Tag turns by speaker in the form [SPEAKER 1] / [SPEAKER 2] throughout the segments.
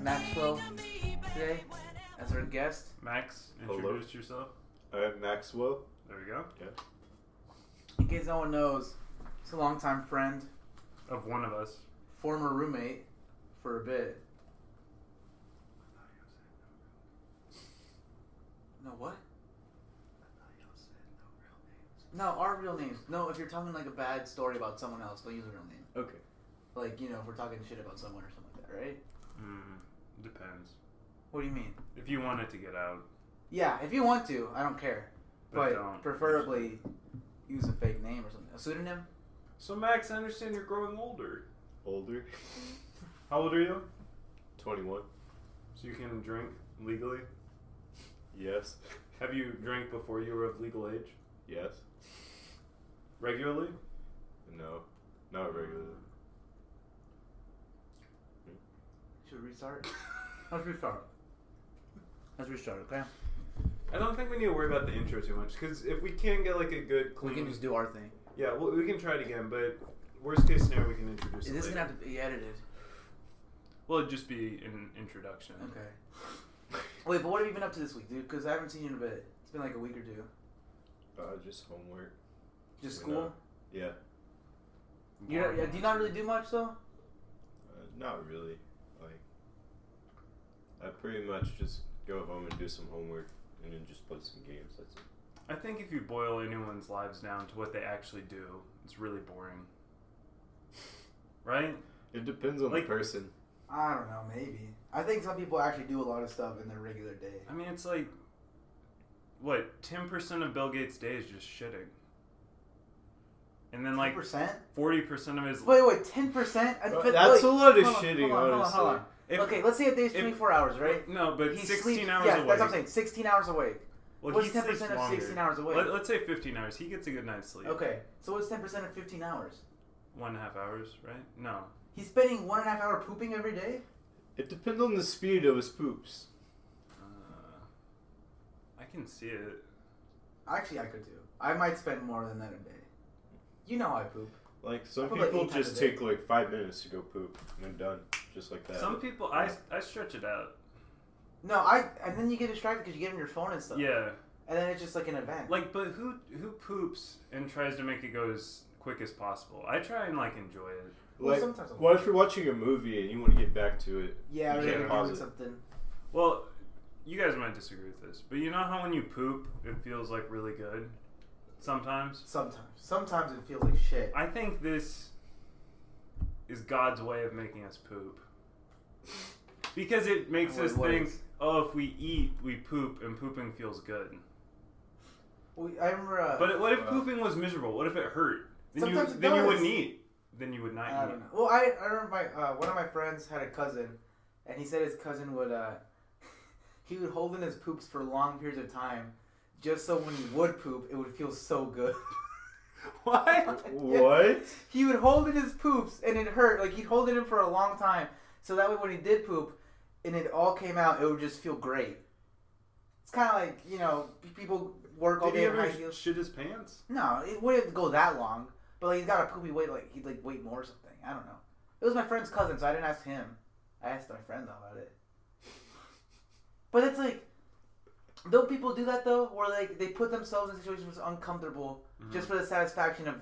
[SPEAKER 1] Maxwell today as our guest.
[SPEAKER 2] Max,
[SPEAKER 3] Hello.
[SPEAKER 2] introduce yourself.
[SPEAKER 3] I'm Uh, Maxwell.
[SPEAKER 2] There we go.
[SPEAKER 1] In case no one knows, he's a longtime friend,
[SPEAKER 2] Of one of us.
[SPEAKER 1] former roommate for a bit. No, what? No, our real names. No, if you're telling like a bad story about someone else, don't use a real name.
[SPEAKER 3] Okay.
[SPEAKER 1] Like, you know, if we're talking shit about someone or something like that, right?
[SPEAKER 2] Mm, depends.
[SPEAKER 1] What do you mean?
[SPEAKER 2] If you wanted to get out,
[SPEAKER 1] Yeah, if you want to, I don't care.
[SPEAKER 2] but,
[SPEAKER 1] But
[SPEAKER 2] don't.
[SPEAKER 1] preferably use a fake name or something. A pseudonym?
[SPEAKER 2] So Max, I understand you're growing older.
[SPEAKER 3] Older.
[SPEAKER 2] How old are you?
[SPEAKER 3] 21.
[SPEAKER 2] So you can drink legally.
[SPEAKER 3] Yes.
[SPEAKER 2] Have you drank before you were of legal age?
[SPEAKER 3] Yes.
[SPEAKER 2] Regularly?
[SPEAKER 3] No. Not regularly.
[SPEAKER 1] Should we restart? Let's restart. Let's restart, okay?
[SPEAKER 2] I don't think we need to worry about the intro too much because if we can get like a good
[SPEAKER 1] We
[SPEAKER 2] clean,
[SPEAKER 1] can just do our thing.
[SPEAKER 2] yeah, well, we can try it again. But worst case scenario, we can introduce.
[SPEAKER 1] Is
[SPEAKER 2] it
[SPEAKER 1] this
[SPEAKER 2] later.
[SPEAKER 1] gonna have to be edited?
[SPEAKER 2] Well, it'd just be an introduction.
[SPEAKER 1] Okay. Wait, but what have you been up to this week, dude? Because I haven't seen you in a bit. It's been like a week or two.
[SPEAKER 3] Uh, just homework.
[SPEAKER 1] Just
[SPEAKER 3] You know,
[SPEAKER 1] school.
[SPEAKER 3] Yeah.
[SPEAKER 1] You don't- yeah, do you not really do much though?
[SPEAKER 3] Uh, not really. Like, I pretty much just go home and do some homework and then just play some games. That's it.
[SPEAKER 2] I think if you boil anyone's lives down to what they actually do, it's really boring. Right?
[SPEAKER 3] It depends on
[SPEAKER 2] Like-
[SPEAKER 3] the person.
[SPEAKER 1] I don't know. Maybe. I think some people actually do a lot of stuff in their regular day.
[SPEAKER 2] I mean, it's like, what, 10% of Bill Gates' day is just shitting. And then, like,
[SPEAKER 1] percent.
[SPEAKER 2] 40% of his.
[SPEAKER 1] Wait, wait, ten percent.
[SPEAKER 3] That's a lot of
[SPEAKER 1] hold on,
[SPEAKER 3] shitting,
[SPEAKER 1] hold on, hold on,
[SPEAKER 3] honestly.
[SPEAKER 1] hold on.
[SPEAKER 2] If-
[SPEAKER 1] okay, let's say a day's
[SPEAKER 2] if-
[SPEAKER 1] twenty four hours, right?
[SPEAKER 2] No, but
[SPEAKER 1] He
[SPEAKER 2] 16
[SPEAKER 1] sleeps-
[SPEAKER 2] hours
[SPEAKER 1] yeah,
[SPEAKER 2] awake.
[SPEAKER 1] that's what I'm saying. Sixteen hours awake.
[SPEAKER 2] Well,
[SPEAKER 1] What's
[SPEAKER 2] he
[SPEAKER 1] 10%
[SPEAKER 2] sleeps
[SPEAKER 1] of
[SPEAKER 2] longer.
[SPEAKER 1] 16 hours awake?
[SPEAKER 2] Let, us say 15 hours. He gets a good night's sleep.
[SPEAKER 1] Okay, so what's ten percent of fifteen hours?
[SPEAKER 2] One and a half hours, right? No.
[SPEAKER 1] He's spending one and a half hour pooping every day.
[SPEAKER 3] It depends on the speed of his poops.
[SPEAKER 2] Uh, I can see it.
[SPEAKER 1] Actually, I could do. I might spend more than that a day. You know I poop.
[SPEAKER 3] Like, some
[SPEAKER 1] Probably
[SPEAKER 3] people
[SPEAKER 1] eight times
[SPEAKER 3] just
[SPEAKER 1] a day.
[SPEAKER 3] take like five minutes to go poop and they're done. Just like that.
[SPEAKER 2] Some people, I, I stretch it out.
[SPEAKER 1] No, I and then you get distracted because you get on your phone and stuff.
[SPEAKER 2] Yeah.
[SPEAKER 1] And then it's just like an event.
[SPEAKER 2] Like, but who who poops and tries to make it go as quick as possible? I try and like enjoy it.
[SPEAKER 1] Well,
[SPEAKER 3] Like,
[SPEAKER 1] sometimes I'm-
[SPEAKER 3] what if you're watching a movie and you want to get back to it?
[SPEAKER 1] yeah,
[SPEAKER 3] you
[SPEAKER 1] or
[SPEAKER 2] can't
[SPEAKER 1] you're
[SPEAKER 3] pause
[SPEAKER 1] doing
[SPEAKER 3] it.
[SPEAKER 1] something.
[SPEAKER 2] Well, you guys might disagree with this, but you know how when you poop, it feels like really good sometimes.
[SPEAKER 1] Sometimes, sometimes it feels like shit.
[SPEAKER 2] I think this is God's way of making us poop because it makes
[SPEAKER 1] Wait,
[SPEAKER 2] us
[SPEAKER 1] what
[SPEAKER 2] think,
[SPEAKER 1] is-
[SPEAKER 2] oh, if we eat, we poop, and pooping feels good.
[SPEAKER 1] We, I remember. Uh,
[SPEAKER 2] But what if
[SPEAKER 3] Wow.
[SPEAKER 2] pooping was miserable? What if it hurt? Then
[SPEAKER 1] Sometimes
[SPEAKER 2] you
[SPEAKER 1] it
[SPEAKER 2] then you
[SPEAKER 1] does.
[SPEAKER 2] wouldn't eat. Then you would not
[SPEAKER 1] I
[SPEAKER 2] eat.
[SPEAKER 1] don't know. Well, I, I remember my uh, one of my friends had a cousin, and he said his cousin would uh, he would hold in his poops for long periods of time, just so when he would poop, it would feel so good.
[SPEAKER 2] What?
[SPEAKER 3] What?
[SPEAKER 1] He would hold in his poops and it hurt. Like he'd hold it in for a long time. So that way when he did poop and it all came out, it would just feel great. It's kind of like, you know, p- people work all
[SPEAKER 2] Did he
[SPEAKER 1] day in high
[SPEAKER 2] ever
[SPEAKER 1] heels.
[SPEAKER 2] shit his pants?
[SPEAKER 1] No, it wouldn't go that long. But like he's got a poopy weight, like he'd like wait more or something. I don't know. It was my friend's cousin, so I didn't ask him. I asked my friend about it. But it's like, don't people do that though? Where like they put themselves in situations where it's uncomfortable just for the satisfaction of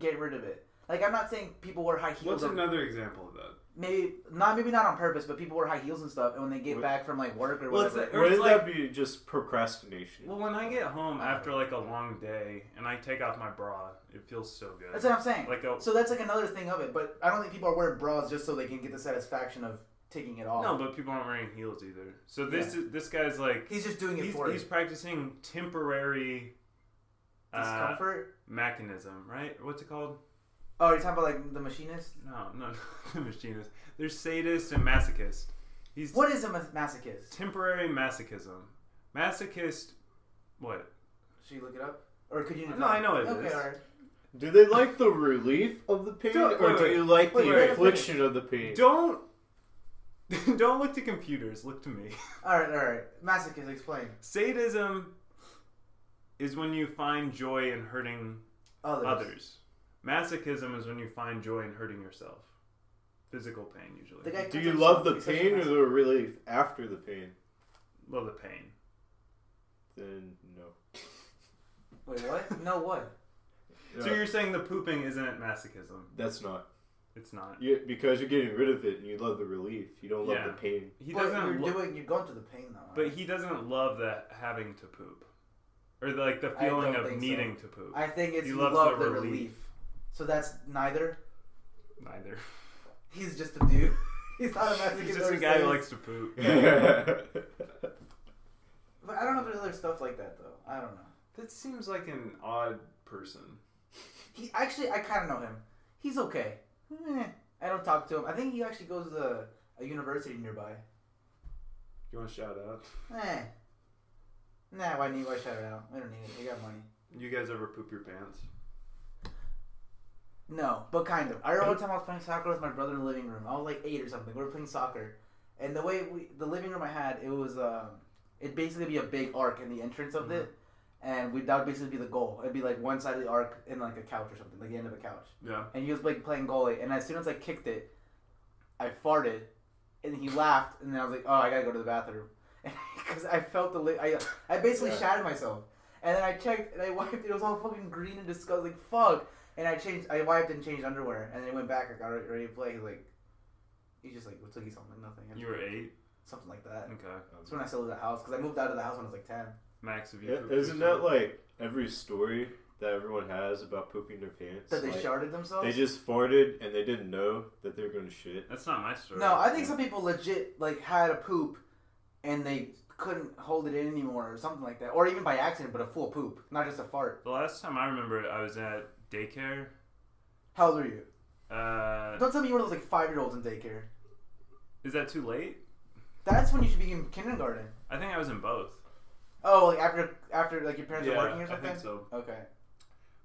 [SPEAKER 1] getting rid of it. Like I'm not saying people wear high heels.
[SPEAKER 2] What's
[SPEAKER 1] or-
[SPEAKER 2] another example of that?
[SPEAKER 1] maybe not maybe not on purpose, but people wear high heels and stuff, and when they get
[SPEAKER 3] What-
[SPEAKER 1] back from like work or
[SPEAKER 2] Well, it's
[SPEAKER 1] whatever,
[SPEAKER 2] Or
[SPEAKER 3] Wouldn't
[SPEAKER 2] like-
[SPEAKER 3] that be just procrastination?
[SPEAKER 2] Well, when I get home after like a long day and I take off my bra, it feels so good.
[SPEAKER 1] that's what I'm saying.
[SPEAKER 2] Like a,
[SPEAKER 1] so that's like another thing of it, but I don't think people are wearing bras just so they can get the satisfaction of taking it off.
[SPEAKER 2] no, but people aren't wearing heels either. So this is, this guy's like
[SPEAKER 1] he's just doing it
[SPEAKER 2] he's,
[SPEAKER 1] for
[SPEAKER 2] he's
[SPEAKER 1] it.
[SPEAKER 2] practicing temporary uh,
[SPEAKER 1] discomfort.
[SPEAKER 2] mechanism, right? What's it called?
[SPEAKER 1] Oh, you're talking about like the machinist.
[SPEAKER 2] No, no, the machinist. There's sadist and masochist. He's
[SPEAKER 1] What is a mas- masochist?
[SPEAKER 2] temporary masochism. Masochist, what?
[SPEAKER 1] Should you look it up, or could you?
[SPEAKER 2] No, I know it
[SPEAKER 1] okay,
[SPEAKER 2] is.
[SPEAKER 1] all right.
[SPEAKER 3] Do they like the relief of the pain,
[SPEAKER 2] Don't-
[SPEAKER 3] or
[SPEAKER 2] wait,
[SPEAKER 3] do
[SPEAKER 2] wait,
[SPEAKER 3] you like
[SPEAKER 1] wait,
[SPEAKER 3] the
[SPEAKER 2] wait, wait.
[SPEAKER 3] infliction of the pain?
[SPEAKER 2] Don't don't look to computers. Look to me.
[SPEAKER 1] All right, all right. Masochist, explain.
[SPEAKER 2] Sadism is when you find joy in hurting
[SPEAKER 1] Others.
[SPEAKER 2] others. Masochism is when you find joy in hurting yourself. physical pain usually.
[SPEAKER 1] The guy-
[SPEAKER 4] Do you love the pain or the relief after the pain?
[SPEAKER 2] Love the pain.
[SPEAKER 4] Then no.
[SPEAKER 1] Wait, what? No, what?
[SPEAKER 2] So
[SPEAKER 4] Yeah,
[SPEAKER 2] you're saying the pooping isn't masochism?
[SPEAKER 4] that's not
[SPEAKER 2] It's not.
[SPEAKER 4] you because you're getting rid of it and you love the relief. You don't love
[SPEAKER 2] Yeah.
[SPEAKER 4] the pain.
[SPEAKER 2] He
[SPEAKER 1] but you're
[SPEAKER 2] doesn't. Lo-
[SPEAKER 1] doing. You're going through the pain though.
[SPEAKER 2] but he doesn't love the having to poop, or like the
[SPEAKER 1] I
[SPEAKER 2] feeling
[SPEAKER 1] don't
[SPEAKER 2] of
[SPEAKER 1] think so.
[SPEAKER 2] needing to poop.
[SPEAKER 1] I think it's
[SPEAKER 2] He
[SPEAKER 1] you
[SPEAKER 2] loves
[SPEAKER 1] love
[SPEAKER 2] the
[SPEAKER 1] the,
[SPEAKER 2] relief.
[SPEAKER 1] relief. So that's neither.
[SPEAKER 2] Neither.
[SPEAKER 1] He's just a dude. He's not a Mexican.
[SPEAKER 2] He's just a
[SPEAKER 1] or
[SPEAKER 2] guy who
[SPEAKER 1] something.
[SPEAKER 2] likes to poop.
[SPEAKER 1] But I don't know if there's other stuff like that though. I don't know.
[SPEAKER 2] That seems like an odd person.
[SPEAKER 1] He actually, I kind of know him. He's okay. Eh, I don't talk to him. I think he actually goes to a university nearby.
[SPEAKER 2] You want to shout out?
[SPEAKER 1] Eh. Nah, why need why shout it out? We don't need it. We got money.
[SPEAKER 2] You guys ever poop your pants?
[SPEAKER 1] No, but kind of. I remember one time I was playing soccer with my brother in the living room. I was like eight or something. We were playing soccer, and the way we, the living room I had, it was um, it basically be a big arc in the entrance of it, and we that would basically be the goal. It'd be like one side of the arc and like a couch or something, like the end of a couch.
[SPEAKER 2] Yeah.
[SPEAKER 1] And he was like playing goalie, and as soon as I kicked it, I farted, and he laughed, and then I was like, oh, I gotta go to the bathroom, because I felt the li- I I basically
[SPEAKER 4] Yeah.
[SPEAKER 1] shattered myself. And then I checked and I wiped it. It was all fucking green and disgusting. Like, fuck. And I changed. I wiped and changed underwear. And then I went back. I got re- ready to play. He's like, he's just like, what's like something, nothing,
[SPEAKER 2] You were eight.
[SPEAKER 1] something like that.
[SPEAKER 2] Okay.
[SPEAKER 1] That's when I still lived at the house because I moved out of the house when I was like ten.
[SPEAKER 2] Max, have you?
[SPEAKER 4] Yeah,
[SPEAKER 2] pooped
[SPEAKER 4] Isn't
[SPEAKER 2] yourself?
[SPEAKER 4] that like every story that everyone has about pooping their pants?
[SPEAKER 1] That they
[SPEAKER 4] Like,
[SPEAKER 1] sharded themselves.
[SPEAKER 4] they just farted and they didn't know that they were going to shit.
[SPEAKER 2] That's not my story.
[SPEAKER 1] no, I think some people legit like had a poop, and they couldn't hold it in anymore or something like that, or even by accident, but a full poop, not just a fart.
[SPEAKER 2] The last time I remember, I was at daycare.
[SPEAKER 1] How old are you?
[SPEAKER 2] Uh,
[SPEAKER 1] Don't tell me you were those like five year olds in daycare.
[SPEAKER 2] is that too late?
[SPEAKER 1] That's when you should be in kindergarten.
[SPEAKER 2] I think I was in both.
[SPEAKER 1] Oh, like after after like your parents
[SPEAKER 2] yeah,
[SPEAKER 1] are working or
[SPEAKER 2] I
[SPEAKER 1] something.
[SPEAKER 2] think so.
[SPEAKER 1] Okay.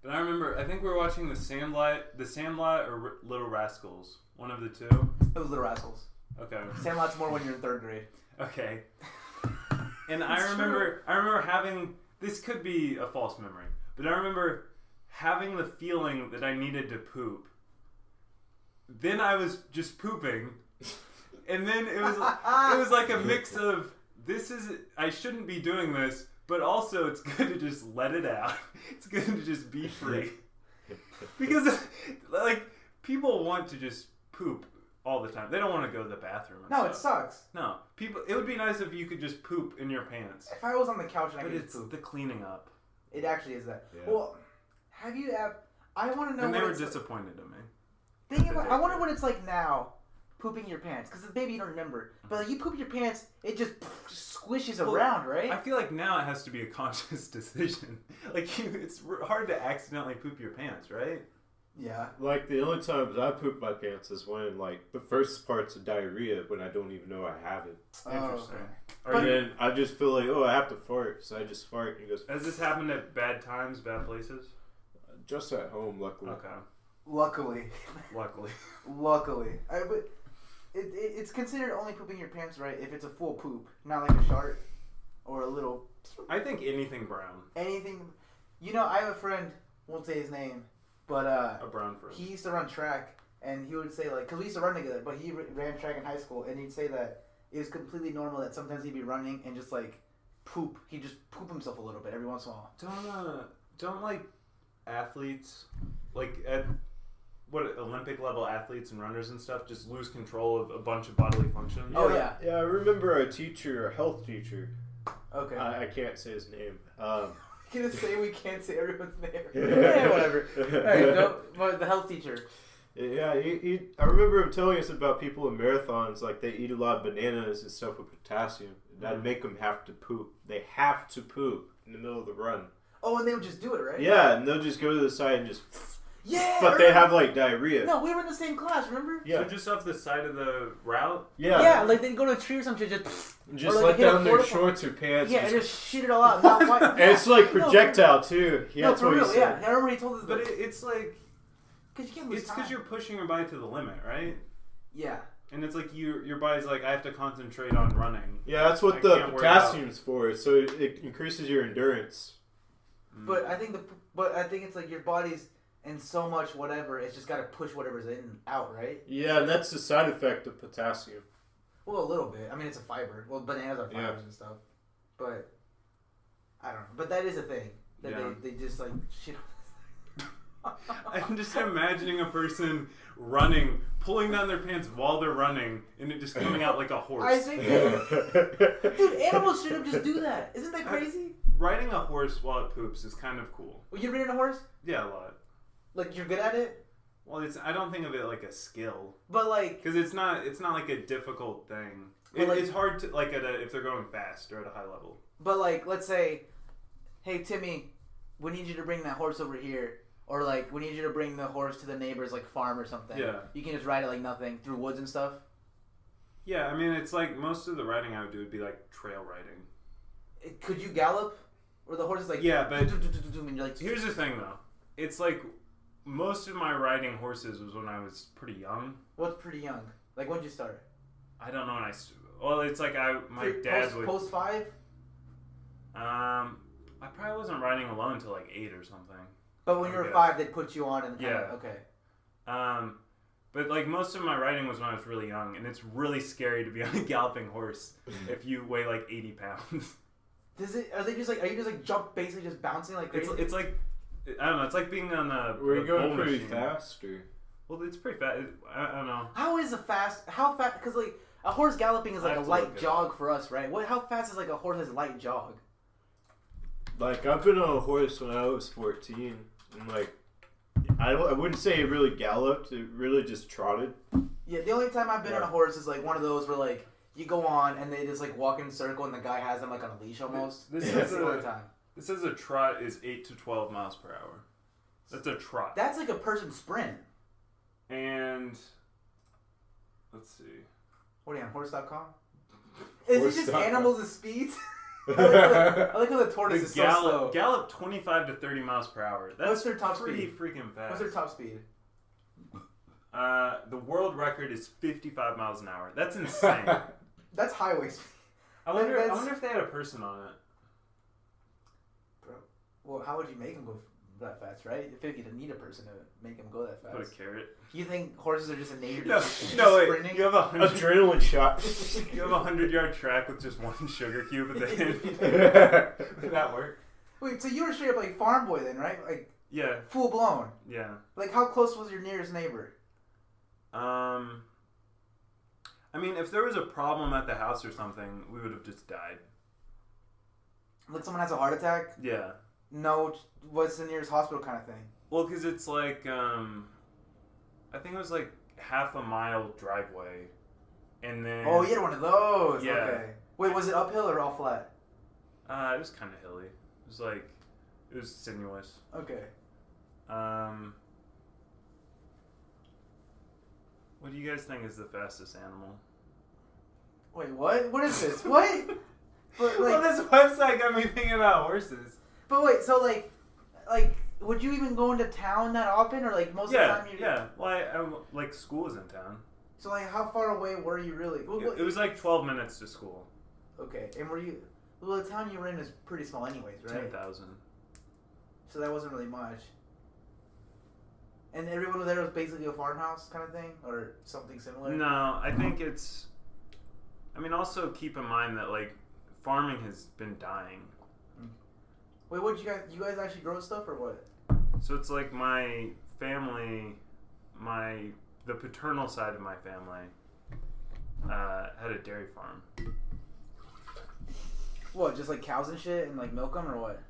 [SPEAKER 2] But I remember, I think we were watching The Sandlot, The Sandlot or R- Little Rascals, one of the two.
[SPEAKER 1] It was Little Rascals.
[SPEAKER 2] Okay,
[SPEAKER 1] Sandlot's more when you're in third grade.
[SPEAKER 2] okay. And
[SPEAKER 1] It's
[SPEAKER 2] I remember, I remember having this could be a false memory, but I remember having the feeling that I needed to poop. Then I was just pooping, and then it was it was like a mix of this is I shouldn't be doing this, but also it's good to just let it out. It's good to just be free because like people want to just poop all the time. They don't want to go to the bathroom. And
[SPEAKER 1] No,
[SPEAKER 2] stuff.
[SPEAKER 1] it sucks.
[SPEAKER 2] No, people. It would be nice if you could just poop in your pants,
[SPEAKER 1] If I was on the couch and I
[SPEAKER 2] but
[SPEAKER 1] could
[SPEAKER 2] it's
[SPEAKER 1] just poop,
[SPEAKER 2] the cleaning up.
[SPEAKER 1] it actually is that.
[SPEAKER 4] Yeah.
[SPEAKER 1] Well, have you? Ever, I want to know.
[SPEAKER 2] and they
[SPEAKER 1] what
[SPEAKER 2] were
[SPEAKER 1] it's
[SPEAKER 2] disappointed in me.
[SPEAKER 1] Think about, I wonder what it's like now, pooping your pants. Because as a baby, you don't remember. But like, you poop your pants, it just squishes
[SPEAKER 2] Well,
[SPEAKER 1] around, right?
[SPEAKER 2] I feel like now it has to be a conscious decision. Like you, it's r- hard to accidentally poop your pants, right?
[SPEAKER 1] yeah.
[SPEAKER 4] Like the only times I poop my pants is when like the first part's of diarrhea when I don't even know I have it.
[SPEAKER 2] Interesting.
[SPEAKER 1] Oh, okay.
[SPEAKER 2] Are
[SPEAKER 1] But-
[SPEAKER 4] And
[SPEAKER 2] you,
[SPEAKER 4] then I just feel like, oh, I have to fart, so I just fart and it goes "Uh,
[SPEAKER 2] has this happened at bad times, bad places?
[SPEAKER 4] just at home luckily.
[SPEAKER 2] Okay,
[SPEAKER 1] Luckily,
[SPEAKER 2] luckily.
[SPEAKER 1] luckily, I, but it, it, it's considered only pooping your pants, right? If it's a full poop, not like a shart or a little
[SPEAKER 2] I think anything brown,
[SPEAKER 1] anything. You know, I have a friend. Won't say his name, but uh,
[SPEAKER 2] a brown fruit.
[SPEAKER 1] he used to run track and he would say like because we used to run together but he r- ran track in high school and he'd say that it was completely normal that sometimes he'd be running and just like poop he'd just poop himself a little bit every once in a while
[SPEAKER 2] Don't uh, don't like athletes like at what Olympic level athletes and runners and stuff just lose control of a bunch of bodily functions.
[SPEAKER 1] Oh, yeah.
[SPEAKER 4] Yeah, I remember a teacher, a health teacher.
[SPEAKER 1] okay
[SPEAKER 4] I, I can't say his name. Um,
[SPEAKER 1] gonna say we can't say everyone's name
[SPEAKER 4] Yeah.
[SPEAKER 1] yeah, whatever alright no but the health teacher
[SPEAKER 4] Yeah, he, he, I remember him telling us about people in marathons, like they eat a lot of bananas and stuff with potassium. And
[SPEAKER 2] Mhm.
[SPEAKER 4] That'd make them have to poop. They have to poop in the middle of the run.
[SPEAKER 1] oh and they would just do it right
[SPEAKER 4] Yeah, and they'll just go to the side and just.
[SPEAKER 1] yeah
[SPEAKER 4] But
[SPEAKER 1] I
[SPEAKER 4] they
[SPEAKER 1] remember-
[SPEAKER 4] have like diarrhea.
[SPEAKER 1] no we were in the same class remember
[SPEAKER 4] Yeah,
[SPEAKER 2] So just off the side of the route.
[SPEAKER 4] yeah.
[SPEAKER 1] like they'd go to a tree or some shit just
[SPEAKER 4] And just
[SPEAKER 1] Or, like,
[SPEAKER 4] let
[SPEAKER 1] hit a
[SPEAKER 4] down their
[SPEAKER 1] porta-
[SPEAKER 4] shorts or pants.
[SPEAKER 1] yeah
[SPEAKER 4] just-
[SPEAKER 1] and just shit it all out not why,
[SPEAKER 4] and it's like
[SPEAKER 1] No, for-
[SPEAKER 4] projectile too. Yeah,
[SPEAKER 1] no,
[SPEAKER 4] that's
[SPEAKER 1] for
[SPEAKER 4] what he
[SPEAKER 1] real, yeah.
[SPEAKER 4] said.
[SPEAKER 1] I remember he told us
[SPEAKER 2] But
[SPEAKER 1] that.
[SPEAKER 2] it, it's like
[SPEAKER 1] Because you can't lose
[SPEAKER 2] it's because
[SPEAKER 1] time.
[SPEAKER 2] you're pushing your body to the limit, right?
[SPEAKER 1] Yeah.
[SPEAKER 2] And it's like you your body's like I have to concentrate on running.
[SPEAKER 4] Yeah, that's
[SPEAKER 2] I
[SPEAKER 4] what the
[SPEAKER 2] can't work out.
[SPEAKER 4] potassium's for. So it, it increases your endurance.
[SPEAKER 1] But I think the but I think it's like your body's and so much whatever. It's just got to push whatever's in out, right?
[SPEAKER 4] Yeah, and that's the side effect of potassium.
[SPEAKER 1] Well, a little bit. I mean, it's a fiber. Well, bananas are fibers
[SPEAKER 3] Yeah.
[SPEAKER 1] and stuff, but I don't know. But that is a thing that
[SPEAKER 2] Yeah.
[SPEAKER 1] they, they just like shit. on.
[SPEAKER 2] I'm just imagining a person running, pulling down their pants while they're running, and it just coming out like a horse.
[SPEAKER 1] I think, dude, animals should have just do that. Isn't that crazy?
[SPEAKER 2] Riding a horse while it poops is kind of cool.
[SPEAKER 1] Well, you've ridden a horse,
[SPEAKER 2] Yeah, a lot.
[SPEAKER 1] like you're good at it,
[SPEAKER 2] Well, it's I don't think of it like a skill
[SPEAKER 1] but like,
[SPEAKER 2] because it's not it's not like a difficult thing.
[SPEAKER 1] Well,
[SPEAKER 2] It,
[SPEAKER 1] like-
[SPEAKER 2] it's hard to like at a, if they're going fast or at a high level.
[SPEAKER 1] but like, let's say, hey Timmy, we need you to bring that horse over here, or like, we need you to bring the horse to the neighbor's like farm or something.
[SPEAKER 2] Yeah.
[SPEAKER 1] you can just ride it like nothing through woods and stuff.
[SPEAKER 2] Yeah, I mean it's like most of the riding I would do would be like trail riding.
[SPEAKER 1] It- Could you gallop? Or the horse is like
[SPEAKER 2] Yeah, but-
[SPEAKER 1] and you're like
[SPEAKER 2] Here's the thing though, it's like most of my riding horses was when I was pretty young.
[SPEAKER 1] what's pretty young? Like when'd you start?
[SPEAKER 2] I don't know when I s- well it's like I my
[SPEAKER 1] Pre-
[SPEAKER 2] dad
[SPEAKER 1] post,
[SPEAKER 2] would
[SPEAKER 1] post five,
[SPEAKER 2] um I probably wasn't riding alone until like eight or something.
[SPEAKER 1] but when
[SPEAKER 2] I
[SPEAKER 1] you were
[SPEAKER 2] guess.
[SPEAKER 1] five, they put you on and kinda-
[SPEAKER 2] Yeah.
[SPEAKER 1] okay.
[SPEAKER 2] Um, but like most of my riding was when I was really young, and it's really scary to be on a galloping horse if you weigh like eighty pounds.
[SPEAKER 1] Does it? Are they just like? Are you just like jump basically just bouncing like
[SPEAKER 2] It's
[SPEAKER 1] crazy?
[SPEAKER 2] it's like I don't know. It's like being on a
[SPEAKER 3] We're
[SPEAKER 2] a
[SPEAKER 3] going
[SPEAKER 2] bull
[SPEAKER 3] pretty
[SPEAKER 2] machine.
[SPEAKER 3] fast, or
[SPEAKER 2] Well, it's pretty fast. I, I don't know.
[SPEAKER 1] how is a fast? How fast? Because like a horse galloping is
[SPEAKER 2] I
[SPEAKER 1] like a
[SPEAKER 2] have to look
[SPEAKER 1] light
[SPEAKER 2] it
[SPEAKER 1] jog for us, right? What? How fast is like a horse's light jog?
[SPEAKER 3] like I've been on a horse when I was fourteen, and like I, I wouldn't say it really galloped; it really just trotted.
[SPEAKER 1] Yeah, the only time I've been on a
[SPEAKER 3] Yeah.
[SPEAKER 1] horse is like one of those where like you go on and they just like walk in a circle and the guy has them like on a leash almost.
[SPEAKER 2] This
[SPEAKER 1] That's
[SPEAKER 2] is
[SPEAKER 1] the only
[SPEAKER 2] a-
[SPEAKER 1] time.
[SPEAKER 2] It says a trot is eight to twelve miles per hour. That's a trot.
[SPEAKER 1] That's like a person sprint.
[SPEAKER 2] and let's see.
[SPEAKER 1] What are you on horse.com? Is it just
[SPEAKER 3] Horse.com.
[SPEAKER 1] animals and speeds? I like how the- I like how the tortoise
[SPEAKER 2] The
[SPEAKER 1] is so slow.
[SPEAKER 2] gallop gallop twenty five to thirty miles per hour. That's
[SPEAKER 1] What's their top
[SPEAKER 2] pretty
[SPEAKER 1] speed?
[SPEAKER 2] freaking fast.
[SPEAKER 1] What's their top speed?
[SPEAKER 2] Uh, the world record is 55 miles an hour. That's insane. I
[SPEAKER 1] That's highway speed.
[SPEAKER 2] wonder. I
[SPEAKER 1] That's-
[SPEAKER 2] wonder if they had a person on it.
[SPEAKER 1] Well, how would you make them go that fast, right? I feel like you'd need a person to make them go that
[SPEAKER 2] Put a
[SPEAKER 1] fast.
[SPEAKER 2] carrot.
[SPEAKER 1] You think horses are just enamored
[SPEAKER 2] No,
[SPEAKER 1] with
[SPEAKER 2] no, wait.
[SPEAKER 1] sprinting?
[SPEAKER 2] You have a hundred.
[SPEAKER 3] Adrenaline shot.
[SPEAKER 2] You have a hundred yard track with just one sugar cube at the end. Would that work?
[SPEAKER 1] Wait, so you were straight up like farm boy then, right? Like
[SPEAKER 2] Yeah,
[SPEAKER 1] full blown.
[SPEAKER 2] yeah.
[SPEAKER 1] Like how close was your nearest neighbor?
[SPEAKER 2] Um, I mean, if there was a problem at the house or something, we would have just died.
[SPEAKER 1] Like someone has a heart attack?
[SPEAKER 2] Yeah.
[SPEAKER 1] No, what's the nearest hospital kind of thing?
[SPEAKER 2] Well, because it's like, um, I think it was like half a mile driveway, and then
[SPEAKER 1] Oh, you had one of those.
[SPEAKER 2] Yeah.
[SPEAKER 1] Okay. Wait, was it uphill or all flat?
[SPEAKER 2] Uh, it was kind of hilly. It was like, it was sinuous.
[SPEAKER 1] Okay.
[SPEAKER 2] Um, what do you guys think is the fastest animal?
[SPEAKER 1] Wait, what? What is this? what? But, like-
[SPEAKER 2] well, this website got me thinking about horses.
[SPEAKER 1] But wait, so like, like, would you even go into town that often, or like most
[SPEAKER 2] yeah,
[SPEAKER 1] of the time? You,
[SPEAKER 2] yeah. Well, I, I w- like school was in town.
[SPEAKER 1] So like, how far away were you really? Well,
[SPEAKER 2] It, it was like twelve minutes to school.
[SPEAKER 1] okay, and were you? Well, the town you were in is pretty small, anyways, right?
[SPEAKER 2] Ten thousand.
[SPEAKER 1] So that wasn't really much. And everyone there was basically a farmhouse kind of thing, or something similar.
[SPEAKER 2] No, I think it's. I mean, also keep in mind that like farming has been dying.
[SPEAKER 1] Wait, what you guys? You guys actually grow stuff or what?
[SPEAKER 2] So it's like my family, my the paternal side of my family uh, had a dairy farm.
[SPEAKER 1] What, just like cows and shit, and like milk them or what?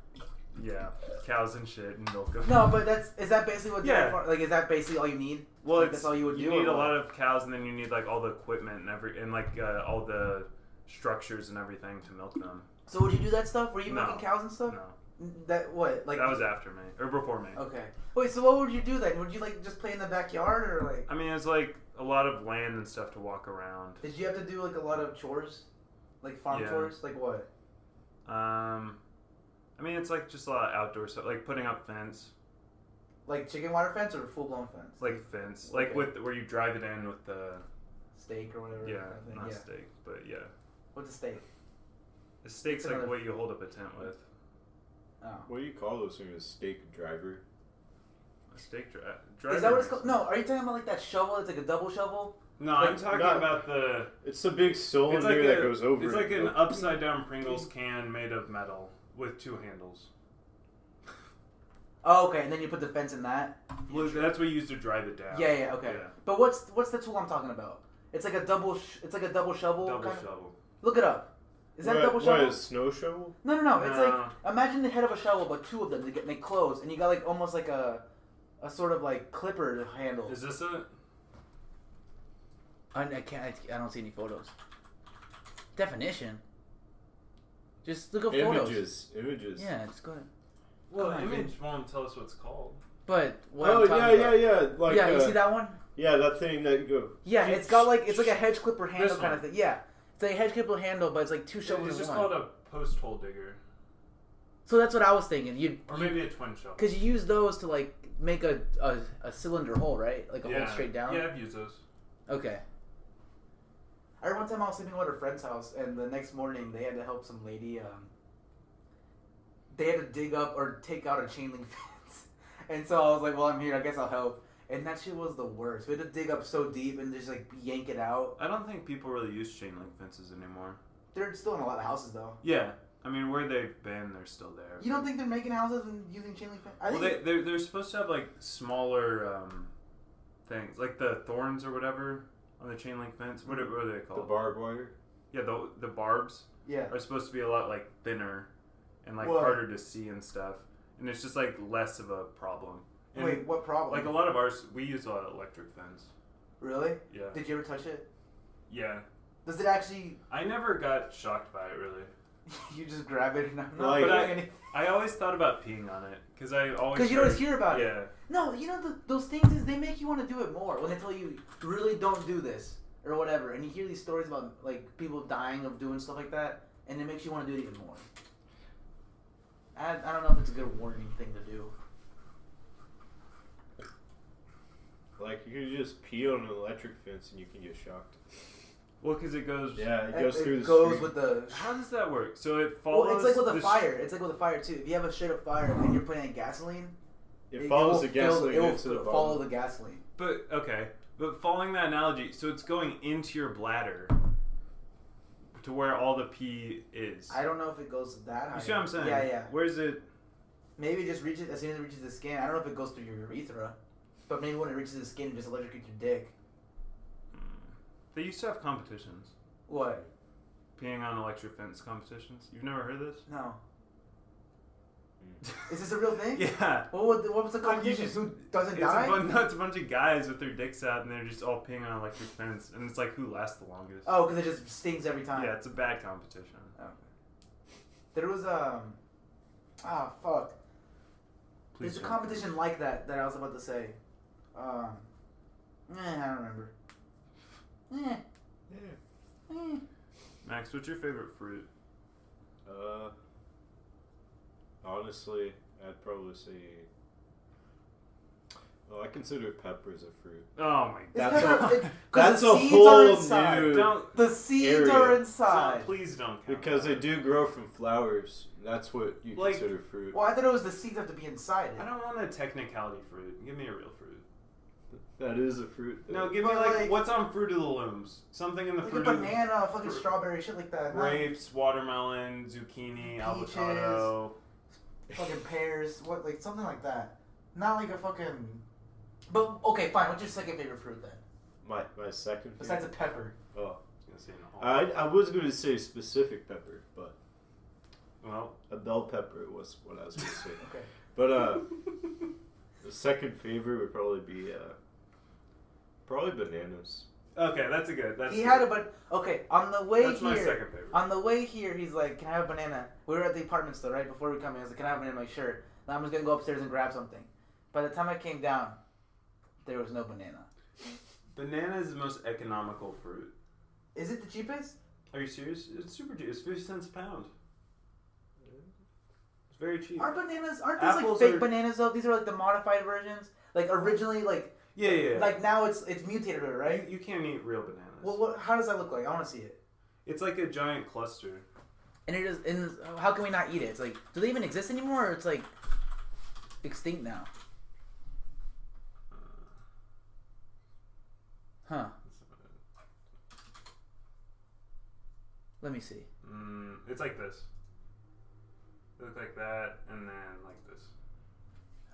[SPEAKER 2] Yeah, cows and shit and milk. 'em.
[SPEAKER 1] No, but that's is that basically what?
[SPEAKER 2] Yeah.
[SPEAKER 1] Like, is that basically all you need?
[SPEAKER 2] well,
[SPEAKER 1] like,
[SPEAKER 2] it's,
[SPEAKER 1] that's all you would do.
[SPEAKER 2] need
[SPEAKER 1] or
[SPEAKER 2] a
[SPEAKER 1] what?
[SPEAKER 2] lot of cows, and then you need like all the equipment and every and like uh, all the structures and everything to milk them.
[SPEAKER 1] So would you do that stuff? Were you
[SPEAKER 2] No.
[SPEAKER 1] milking cows and stuff?
[SPEAKER 2] No,
[SPEAKER 1] That what? Like
[SPEAKER 2] that was after me or before me.
[SPEAKER 1] Okay. Wait, so what would you do then? Would you like just play in the backyard or like
[SPEAKER 2] I mean, it was like a lot of land and stuff to walk around.
[SPEAKER 1] did you have to do like a lot of chores? Like farm
[SPEAKER 2] Yeah.
[SPEAKER 1] chores? Like what?
[SPEAKER 2] Um, I mean, it's like just a lot of outdoor stuff, like putting up fence.
[SPEAKER 1] Like chicken wire fence or full blown fence?
[SPEAKER 2] It's like a fence, like
[SPEAKER 1] Okay.
[SPEAKER 2] with where you drive it in with the
[SPEAKER 1] steak or whatever.
[SPEAKER 2] yeah,
[SPEAKER 1] kind of thing.
[SPEAKER 2] not
[SPEAKER 1] yeah.
[SPEAKER 2] stake, but yeah,
[SPEAKER 1] What's a steak?
[SPEAKER 2] the stake's
[SPEAKER 1] It's
[SPEAKER 2] like
[SPEAKER 1] another-
[SPEAKER 2] what you hold up a tent with.
[SPEAKER 1] Oh.
[SPEAKER 3] What do you call those things? A stake driver?
[SPEAKER 2] A steak dri- driver.
[SPEAKER 1] Is that what it's
[SPEAKER 2] makes
[SPEAKER 1] called?
[SPEAKER 2] it.
[SPEAKER 1] No, are you talking about like that shovel? It's like a double shovel.
[SPEAKER 2] No,
[SPEAKER 1] Like,
[SPEAKER 2] I'm talking
[SPEAKER 4] not-
[SPEAKER 2] about the.
[SPEAKER 4] It's the big cylinder
[SPEAKER 2] It's like, a,
[SPEAKER 4] that goes over.
[SPEAKER 2] it's
[SPEAKER 4] it,
[SPEAKER 2] like an
[SPEAKER 4] though.
[SPEAKER 2] upside down Pringles can made of metal with two handles.
[SPEAKER 1] Oh, okay. And then you put the fence in that.
[SPEAKER 2] Well, That's what you use to drive it down.
[SPEAKER 1] Yeah, yeah, okay. But what's what's the tool I'm talking about? It's like a double. Sh- it's like a double shovel.
[SPEAKER 2] Double
[SPEAKER 1] kind of-
[SPEAKER 2] shovel.
[SPEAKER 1] Look it up. Is that
[SPEAKER 4] what,
[SPEAKER 1] a double
[SPEAKER 4] what,
[SPEAKER 1] shovel?
[SPEAKER 4] a snow shovel?
[SPEAKER 1] No, no, no. It's
[SPEAKER 2] No.
[SPEAKER 1] like imagine the head of a shovel, but two of them. They get they close, and you got like almost like a, a sort of like clipper handle.
[SPEAKER 2] Is this it?
[SPEAKER 1] I, I can't. I, I don't see any photos. Definition. Just look up photos.
[SPEAKER 3] Images, images.
[SPEAKER 1] Yeah, just go ahead.
[SPEAKER 2] Well,
[SPEAKER 1] Come on,
[SPEAKER 2] image won't tell us what's called.
[SPEAKER 1] But what
[SPEAKER 4] Oh
[SPEAKER 1] I'm
[SPEAKER 4] yeah,
[SPEAKER 1] talking
[SPEAKER 4] yeah,
[SPEAKER 1] about-
[SPEAKER 4] yeah. Like
[SPEAKER 1] yeah, you
[SPEAKER 4] uh,
[SPEAKER 1] see that one?
[SPEAKER 4] Yeah, that thing that you go.
[SPEAKER 1] Yeah, it's got like it's like a hedge clipper handle
[SPEAKER 2] This
[SPEAKER 1] kind of
[SPEAKER 2] one.
[SPEAKER 1] thing. Yeah, it's like a hedge clipper handle, but it's like two shovels
[SPEAKER 2] It's
[SPEAKER 1] in
[SPEAKER 2] just
[SPEAKER 1] one.
[SPEAKER 2] called a post hole digger,
[SPEAKER 1] so that's what I was thinking. You
[SPEAKER 2] or maybe a twin shovel.
[SPEAKER 1] because you use those to like make a, a, a cylinder hole, right? Like a hole
[SPEAKER 2] yeah.
[SPEAKER 1] straight down.
[SPEAKER 2] Yeah, I've used those.
[SPEAKER 1] Okay. I remember one time I was sleeping at a friend's house, and the next morning they had to help some lady. Um, they had to dig up or take out a chain link fence, and so I was like, "Well, I'm here. I guess I'll help." And that shit was the worst. We had to dig up so deep and just like yank it out.
[SPEAKER 2] I don't think people really use chain link fences anymore.
[SPEAKER 1] They're still in a lot of houses though.
[SPEAKER 2] Yeah, I mean where they've been, they're still there.
[SPEAKER 1] You don't think they're making houses and using chain link fence? I
[SPEAKER 2] Well,
[SPEAKER 1] think
[SPEAKER 2] they they're, they're supposed to have like smaller um, things, like the thorns or whatever on the chain link fence. What are, what are they
[SPEAKER 3] The
[SPEAKER 2] called?
[SPEAKER 3] barbed wire.
[SPEAKER 2] yeah, the the barbs
[SPEAKER 1] yeah.
[SPEAKER 2] are supposed to be a lot like thinner and like
[SPEAKER 1] Well-
[SPEAKER 2] harder to see and stuff, and it's just like less of a problem. And,
[SPEAKER 1] Wait, what problem?
[SPEAKER 2] like a lot of ours, we use a lot of electric fence.
[SPEAKER 1] really?
[SPEAKER 2] Yeah,
[SPEAKER 1] Did you ever touch it?
[SPEAKER 2] yeah.
[SPEAKER 1] Does it actually?
[SPEAKER 2] I never got shocked by it really.
[SPEAKER 1] you just grab it and I'm not
[SPEAKER 4] Like-
[SPEAKER 1] doing
[SPEAKER 2] But I-
[SPEAKER 1] anything.
[SPEAKER 2] I always thought about peeing on it because I always
[SPEAKER 1] Because you
[SPEAKER 2] heard-
[SPEAKER 1] don't hear about it.
[SPEAKER 2] yeah.
[SPEAKER 1] No, you know the, those things is they make you want to do it more when they tell you really don't do this or whatever, and you hear these stories about like people dying of doing stuff like that, and it makes you want to do it even more. I, I don't know if it's a good warning thing to do.
[SPEAKER 3] Like you could just pee on an electric fence and you can get shocked.
[SPEAKER 2] Well, because it goes.
[SPEAKER 3] Yeah, it goes
[SPEAKER 1] it,
[SPEAKER 3] through
[SPEAKER 1] it
[SPEAKER 3] the
[SPEAKER 1] goes
[SPEAKER 3] street.
[SPEAKER 1] with the.
[SPEAKER 2] How does that work? So it follows.
[SPEAKER 1] Well, it's like with
[SPEAKER 2] the
[SPEAKER 1] a
[SPEAKER 2] sh-
[SPEAKER 1] fire. It's like with a fire too. If you have a straight up fire and you're putting in gasoline,
[SPEAKER 3] it follows
[SPEAKER 1] will
[SPEAKER 3] the
[SPEAKER 1] fill-
[SPEAKER 3] gasoline
[SPEAKER 1] It will
[SPEAKER 3] into the bottom.
[SPEAKER 1] follow the gasoline.
[SPEAKER 2] but okay, but following that analogy, so it's going into your bladder to where all the pee is.
[SPEAKER 1] I don't know if it goes that high.
[SPEAKER 2] you see what I'm saying?
[SPEAKER 1] Yeah, yeah.
[SPEAKER 2] Where's it?
[SPEAKER 1] Maybe it just reaches as soon as it reaches the skin. I don't know if it goes through your urethra, but maybe when it reaches the skin, it just electrocutes your dick.
[SPEAKER 2] They used to have competitions,
[SPEAKER 1] What?
[SPEAKER 2] peeing on electric fence competitions. You've never heard this?
[SPEAKER 1] No. Is this a real thing?
[SPEAKER 2] yeah.
[SPEAKER 1] What, would, what was the competition?
[SPEAKER 2] just-
[SPEAKER 1] Who doesn't
[SPEAKER 2] It's
[SPEAKER 1] die?
[SPEAKER 2] a, bun- no, it's a bunch of guys with their dicks out, and they're just all peeing on electric fence, and it's like who lasts the longest.
[SPEAKER 1] Oh, because it just stings every time. Oh.
[SPEAKER 2] yeah, it's a bad competition.
[SPEAKER 1] There was um, ah fuck.
[SPEAKER 2] Please
[SPEAKER 1] There's a
[SPEAKER 2] don't.
[SPEAKER 1] competition like that that I was about to say. Um, eh, I don't remember. Eh,
[SPEAKER 3] Yeah.
[SPEAKER 1] eh.
[SPEAKER 2] Max, what's your favorite fruit?
[SPEAKER 3] Uh, honestly, I'd probably say. Well, I consider peppers a fruit.
[SPEAKER 2] Oh my
[SPEAKER 1] It's
[SPEAKER 2] god.
[SPEAKER 3] That's
[SPEAKER 1] kind
[SPEAKER 3] a-
[SPEAKER 1] of, it, 'cause
[SPEAKER 3] that's
[SPEAKER 1] the
[SPEAKER 3] a
[SPEAKER 1] seeds are
[SPEAKER 3] whole
[SPEAKER 1] inside.
[SPEAKER 3] new-
[SPEAKER 2] Don't
[SPEAKER 1] The seeds
[SPEAKER 3] area.
[SPEAKER 1] are
[SPEAKER 2] so-
[SPEAKER 1] inside.
[SPEAKER 2] please don't count
[SPEAKER 3] Because they
[SPEAKER 2] that.
[SPEAKER 3] do grow from flowers. That's what you
[SPEAKER 2] Like-
[SPEAKER 3] consider fruit.
[SPEAKER 1] Well, I thought it was the seeds have to be inside. It.
[SPEAKER 2] I don't want a technicality fruit. Give me a real fruit.
[SPEAKER 3] That is a fruit. Though.
[SPEAKER 2] No, give me
[SPEAKER 1] But,
[SPEAKER 2] like,
[SPEAKER 1] like-
[SPEAKER 2] what's on Fruit of the Looms? Something in the
[SPEAKER 1] like a
[SPEAKER 2] Fruit of
[SPEAKER 1] banana, fucking
[SPEAKER 2] fruit-
[SPEAKER 1] strawberry, shit like
[SPEAKER 2] the
[SPEAKER 1] that. not
[SPEAKER 2] grapes, watermelon, zucchini,
[SPEAKER 1] Peaches.
[SPEAKER 2] avocado.
[SPEAKER 1] fucking pears, what like something like that. Not like a fucking. But okay, fine. What's your second favorite fruit then,
[SPEAKER 3] my my second.
[SPEAKER 1] besides a
[SPEAKER 3] favorite-
[SPEAKER 1] pepper?
[SPEAKER 3] oh,
[SPEAKER 2] I was gonna say an olive.
[SPEAKER 3] I I was going to say specific pepper, but
[SPEAKER 2] well,
[SPEAKER 3] a bell pepper was what I was going to say.
[SPEAKER 1] Okay.
[SPEAKER 3] But uh, the second favorite would probably be uh, probably bananas.
[SPEAKER 2] okay, that's a good. That's
[SPEAKER 1] he
[SPEAKER 2] good.
[SPEAKER 1] had a but okay on the way
[SPEAKER 2] That's
[SPEAKER 1] here.
[SPEAKER 2] my second favorite.
[SPEAKER 1] On the way here, he's like, "Can I have a banana?" We were at the apartment store right before we come in. I was like, "Can I have a banana?" I'm like, "Sure." And I'm just gonna go upstairs and grab something. By the time I came down, there was no banana.
[SPEAKER 2] Banana is the most economical fruit.
[SPEAKER 1] Is it the cheapest?
[SPEAKER 2] Are you serious? It's super cheap. It's fifty cents a pound. It's very cheap.
[SPEAKER 1] Aren't bananas? Aren't these
[SPEAKER 2] Apples
[SPEAKER 1] like fake
[SPEAKER 2] are-
[SPEAKER 1] bananas though? These are like the modified versions. Like originally, like
[SPEAKER 2] Yeah, yeah. yeah.
[SPEAKER 1] like now it's it's mutated, right?
[SPEAKER 2] You, you can't eat real bananas.
[SPEAKER 1] Well, what, how does that look like? I want to see it.
[SPEAKER 2] It's like a giant cluster.
[SPEAKER 1] And it is. And how can we not eat it? It's like, do they even exist anymore? Or it's like extinct now. Huh. Let me see.
[SPEAKER 2] Mm, it's like this. It looked like that, and then like this.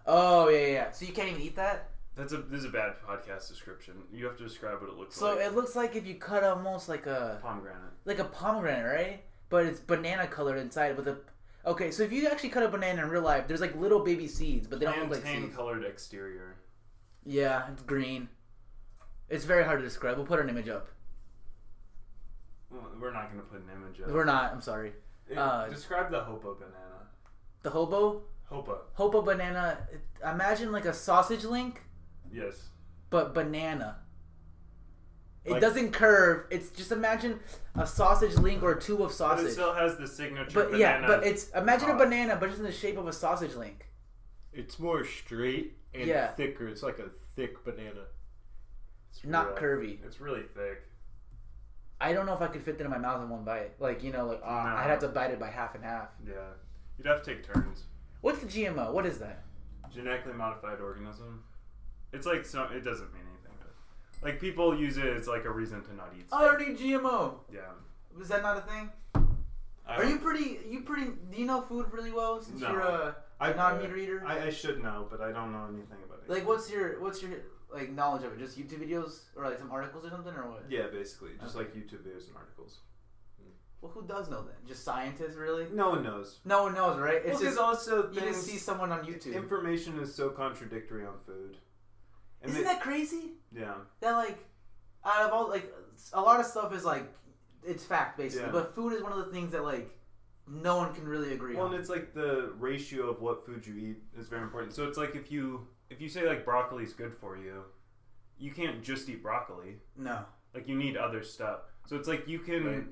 [SPEAKER 1] Oh yeah, yeah, yeah. So you can't even eat that.
[SPEAKER 2] That's a this is a bad podcast description. You have to describe what it looks
[SPEAKER 1] So
[SPEAKER 2] like.
[SPEAKER 1] it looks like if you cut almost like a
[SPEAKER 2] pomegranate.
[SPEAKER 1] like a pomegranate, right? But it's banana colored inside with a. Okay, so if you actually cut a banana in real life, there's like little baby seeds, but they don't look like
[SPEAKER 2] Plantain
[SPEAKER 1] seeds.
[SPEAKER 2] colored exterior.
[SPEAKER 1] Yeah, it's green. It's very hard to describe. We'll put an image up.
[SPEAKER 2] Well, We're not gonna put an image up.
[SPEAKER 1] We're not. I'm sorry.
[SPEAKER 2] It-
[SPEAKER 1] uh,
[SPEAKER 2] describe the hopa banana.
[SPEAKER 1] The hobo,
[SPEAKER 2] Hopa.
[SPEAKER 1] hobo banana. Imagine like a sausage link,
[SPEAKER 2] Yes.
[SPEAKER 1] but banana. It
[SPEAKER 4] Like-
[SPEAKER 1] doesn't curve. It's just imagine a sausage link or two of
[SPEAKER 2] But it
[SPEAKER 1] sausage.
[SPEAKER 2] still has the signature
[SPEAKER 1] But
[SPEAKER 2] banana.
[SPEAKER 1] yeah, but it's imagine a
[SPEAKER 2] top.
[SPEAKER 1] banana, but it's in the shape of a sausage link.
[SPEAKER 4] It's more straight and
[SPEAKER 1] Yeah.
[SPEAKER 4] thicker. It's like a thick banana.
[SPEAKER 2] It's
[SPEAKER 1] not curvy.
[SPEAKER 2] It's really thick.
[SPEAKER 1] I don't know if I could fit that in my mouth in one bite. Like you know, like ah,
[SPEAKER 2] No.
[SPEAKER 1] I'd have to bite it by half and half.
[SPEAKER 2] Yeah. You'd have to take turns.
[SPEAKER 1] What's the GMO? What is that?
[SPEAKER 2] Genetically modified organism. It's like some. It doesn't mean anything. But like people use it as like a reason to not eat.
[SPEAKER 1] I don't eat GMO.
[SPEAKER 2] Yeah.
[SPEAKER 1] Is that not a thing?
[SPEAKER 2] I
[SPEAKER 1] Are
[SPEAKER 2] don't-
[SPEAKER 1] you pretty? You pretty? Do you know food really well since
[SPEAKER 2] No.
[SPEAKER 1] you're a,
[SPEAKER 2] I- uh,
[SPEAKER 1] a non-meat eater?
[SPEAKER 2] I, I should know, but I don't know anything about it.
[SPEAKER 1] like, what's your what's your like knowledge of it? Just YouTube videos or like some articles or something or what?
[SPEAKER 2] yeah, basically, just
[SPEAKER 1] Okay.
[SPEAKER 2] like YouTube videos and articles.
[SPEAKER 1] Well, who does know then? Just scientists, really?
[SPEAKER 2] No one knows.
[SPEAKER 1] No one knows, right? It's
[SPEAKER 2] Well, 'cause
[SPEAKER 1] just
[SPEAKER 2] also
[SPEAKER 1] you just see someone on YouTube.
[SPEAKER 2] information is so contradictory on food. And
[SPEAKER 1] Isn't
[SPEAKER 2] they-
[SPEAKER 1] that crazy?
[SPEAKER 2] yeah,
[SPEAKER 1] That like, out of all like, a lot of stuff is like, it's fact basically,
[SPEAKER 2] Yeah.
[SPEAKER 1] but food is one of the things that like, no one can really agree
[SPEAKER 2] well,
[SPEAKER 1] on.
[SPEAKER 2] and it's like the ratio of what food you eat is very important. So it's like if you if you say like broccoli is good for you, you can't just eat broccoli.
[SPEAKER 1] no.
[SPEAKER 2] Like you need other stuff. So it's like you can.
[SPEAKER 4] Right.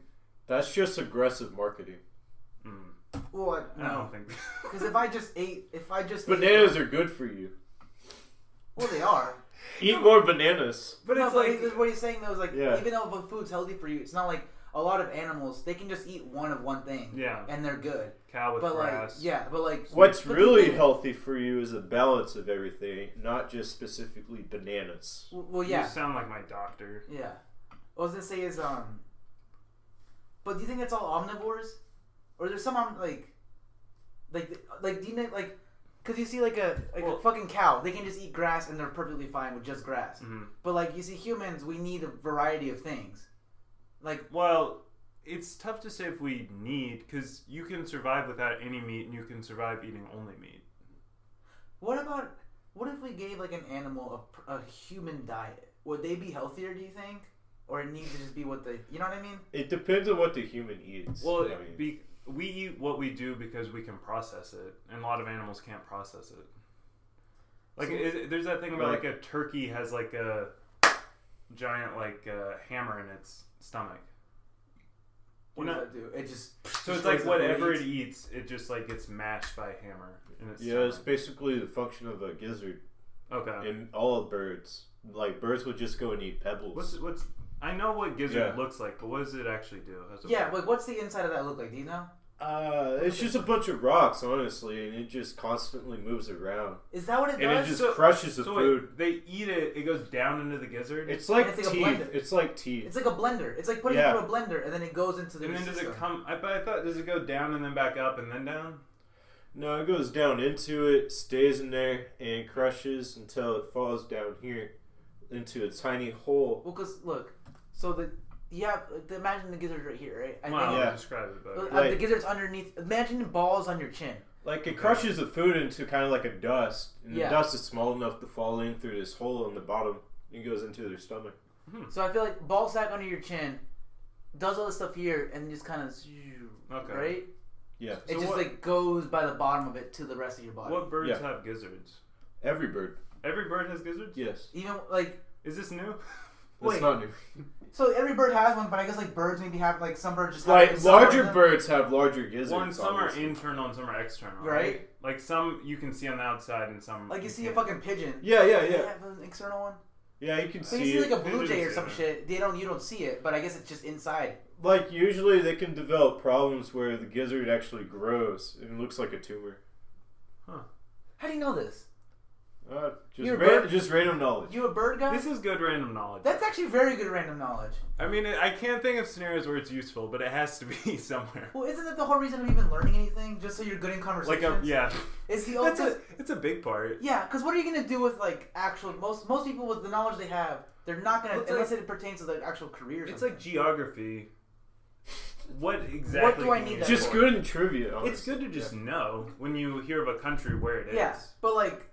[SPEAKER 4] That's just aggressive marketing.
[SPEAKER 2] Mm,
[SPEAKER 1] Well, I-
[SPEAKER 2] I
[SPEAKER 1] no.
[SPEAKER 2] don't think.
[SPEAKER 1] Because if I just ate, if I just ate-
[SPEAKER 4] Bananas are good for you.
[SPEAKER 1] well, they are.
[SPEAKER 4] Eat more bananas.
[SPEAKER 2] but
[SPEAKER 1] No,
[SPEAKER 2] it's
[SPEAKER 1] but
[SPEAKER 2] like
[SPEAKER 1] he- what he's saying though is like
[SPEAKER 4] Yeah.
[SPEAKER 1] even though the food's healthy for you, it's not like a lot of animals they can just eat one of one thing
[SPEAKER 2] yeah,
[SPEAKER 1] and they're good.
[SPEAKER 2] cow with
[SPEAKER 1] but
[SPEAKER 2] grass.
[SPEAKER 1] like yeah, but like
[SPEAKER 4] What's
[SPEAKER 1] but the
[SPEAKER 4] really
[SPEAKER 1] thing-
[SPEAKER 4] healthy for you is a balance of everything, not just specifically bananas.
[SPEAKER 1] w- Well,
[SPEAKER 2] You
[SPEAKER 1] yeah,
[SPEAKER 2] sound like my doctor.
[SPEAKER 1] yeah. What I was gonna say is um, but do you think it's all omnivores, or there's some om- like, like like do you know, like, cause you see like a like
[SPEAKER 2] Well-
[SPEAKER 1] a fucking cow, they can just eat grass and they're perfectly fine with just grass.
[SPEAKER 2] Mhm.
[SPEAKER 1] But like you see humans, we need a variety of things. Like
[SPEAKER 2] Well, it's tough to say if we need because you can survive without any meat, and you can survive eating only meat.
[SPEAKER 1] What about what if we gave like an animal a, a human diet? Would they be healthier? Do you think, or it needs to just be what they? You know what I mean?
[SPEAKER 4] It depends on what the human eats.
[SPEAKER 2] Well,
[SPEAKER 4] I mean,
[SPEAKER 2] be, we eat what we do because we can process it, and a lot of animals can't process it. Like,
[SPEAKER 1] So-
[SPEAKER 2] is, there's that thing about
[SPEAKER 4] Right.
[SPEAKER 2] like a turkey has like a giant like uh, hammer in its stomach.
[SPEAKER 1] What
[SPEAKER 2] You
[SPEAKER 1] does that do? It just
[SPEAKER 2] So it's
[SPEAKER 1] destroys
[SPEAKER 2] like
[SPEAKER 1] the food
[SPEAKER 2] whatever it
[SPEAKER 1] eats.
[SPEAKER 2] eats, it just like gets mashed by a hammer in its
[SPEAKER 4] yeah, it's
[SPEAKER 2] stomach.
[SPEAKER 4] basically the function of a gizzard
[SPEAKER 2] Okay.
[SPEAKER 4] in all birds. Like birds would just go and eat pebbles.
[SPEAKER 2] What's what's I know what gizzard
[SPEAKER 4] Yeah.
[SPEAKER 2] looks like, but what does it actually do? How's it
[SPEAKER 1] Yeah,
[SPEAKER 2] work?
[SPEAKER 1] like what's the inside of that look like? Do you know?
[SPEAKER 4] Uh, it's just a bunch of rocks, honestly, and it just constantly moves around,
[SPEAKER 1] Is that what it
[SPEAKER 4] and it
[SPEAKER 1] does?
[SPEAKER 4] just
[SPEAKER 2] so-
[SPEAKER 4] crushes the
[SPEAKER 2] so
[SPEAKER 4] food.
[SPEAKER 2] wait, they eat it. It goes down into the gizzard,
[SPEAKER 4] It's like
[SPEAKER 1] And it's like a
[SPEAKER 4] teeth.
[SPEAKER 1] blender.
[SPEAKER 4] it's like teeth.
[SPEAKER 1] it's like a blender. It's like putting
[SPEAKER 4] Yeah.
[SPEAKER 1] it through a blender and then it goes into the.
[SPEAKER 2] and then does
[SPEAKER 1] system.
[SPEAKER 2] it come? I, but I thought does it go down and then back up and then down?
[SPEAKER 4] no, it goes down into it, stays in there, and crushes until it falls down here into a tiny hole.
[SPEAKER 1] Well, cause look, so the yeah, the, imagine the gizzard right here, right? I
[SPEAKER 2] wow,
[SPEAKER 1] think
[SPEAKER 4] Yeah.
[SPEAKER 2] describe it
[SPEAKER 1] uh,
[SPEAKER 2] better.
[SPEAKER 1] uh, the
[SPEAKER 4] Like-
[SPEAKER 1] gizzard's underneath. Imagine balls on your chin.
[SPEAKER 4] Like it crushes the food into kind of like a dust, and
[SPEAKER 1] Yeah.
[SPEAKER 4] the dust is small enough to fall in through this hole in the bottom. and goes into their stomach.
[SPEAKER 1] So I feel like ball sack under your chin, does all this stuff here, and just kind of
[SPEAKER 2] Okay.
[SPEAKER 1] right.
[SPEAKER 4] Yeah,
[SPEAKER 1] it
[SPEAKER 2] So
[SPEAKER 1] just
[SPEAKER 2] what-
[SPEAKER 1] like goes by the bottom of it to the rest of your body.
[SPEAKER 2] What birds
[SPEAKER 4] Yeah.
[SPEAKER 2] have gizzards?
[SPEAKER 4] every bird.
[SPEAKER 2] Every bird has gizzards.
[SPEAKER 4] Yes,
[SPEAKER 1] Even like
[SPEAKER 2] Is this new?
[SPEAKER 4] that's
[SPEAKER 1] Wait.
[SPEAKER 4] not new.
[SPEAKER 1] so, every bird has one, but I guess like birds maybe have like some birds just have,
[SPEAKER 4] Like
[SPEAKER 1] some
[SPEAKER 4] larger
[SPEAKER 1] of them-
[SPEAKER 4] birds have larger gizzards.
[SPEAKER 2] Well, and some are
[SPEAKER 4] obviously.
[SPEAKER 2] internal and some are external,
[SPEAKER 1] Right.
[SPEAKER 2] Like some you can see on the outside and some
[SPEAKER 1] Like you see a
[SPEAKER 2] can't.
[SPEAKER 1] fucking pigeon.
[SPEAKER 4] Yeah, yeah,
[SPEAKER 1] They
[SPEAKER 4] yeah,
[SPEAKER 1] have an external one.
[SPEAKER 4] yeah. You can
[SPEAKER 1] So
[SPEAKER 4] see.
[SPEAKER 1] you see
[SPEAKER 4] it.
[SPEAKER 1] like a
[SPEAKER 2] they
[SPEAKER 1] blue
[SPEAKER 2] didn't
[SPEAKER 1] jay or
[SPEAKER 2] see
[SPEAKER 1] some
[SPEAKER 2] that.
[SPEAKER 1] shit. They don't you don't see it, but I guess it's just inside.
[SPEAKER 4] Like usually they can develop problems where the gizzard actually grows and looks like a tumor.
[SPEAKER 1] How do you know this?
[SPEAKER 4] Uh, just
[SPEAKER 1] You're
[SPEAKER 4] ra-
[SPEAKER 1] bir-
[SPEAKER 4] just random knowledge.
[SPEAKER 1] You a bird guy?
[SPEAKER 2] This is good random knowledge.
[SPEAKER 1] That's actually very good random knowledge.
[SPEAKER 2] I mean, I can't think of scenarios where it's useful, but it has to be somewhere.
[SPEAKER 1] Well, isn't that the whole reason of even learning anything? Just so you're good in
[SPEAKER 2] Like
[SPEAKER 1] conversations.
[SPEAKER 2] a yeah,
[SPEAKER 1] It's the
[SPEAKER 2] that's
[SPEAKER 1] ultimate.
[SPEAKER 2] a it's a big part.
[SPEAKER 1] Yeah, because what are you gonna do with like actual most most people with the knowledge they have, they're not gonna
[SPEAKER 2] Well, it's
[SPEAKER 1] unless it pertains to their actual career. or
[SPEAKER 2] It's
[SPEAKER 1] something.
[SPEAKER 2] like geography. What exactly?
[SPEAKER 1] do I
[SPEAKER 2] can
[SPEAKER 1] need
[SPEAKER 2] you-
[SPEAKER 1] that
[SPEAKER 4] just
[SPEAKER 1] for?
[SPEAKER 4] good in trivia.
[SPEAKER 2] It's
[SPEAKER 4] honestly.
[SPEAKER 2] good to just know when you hear of a country where it is.
[SPEAKER 1] yeah, but like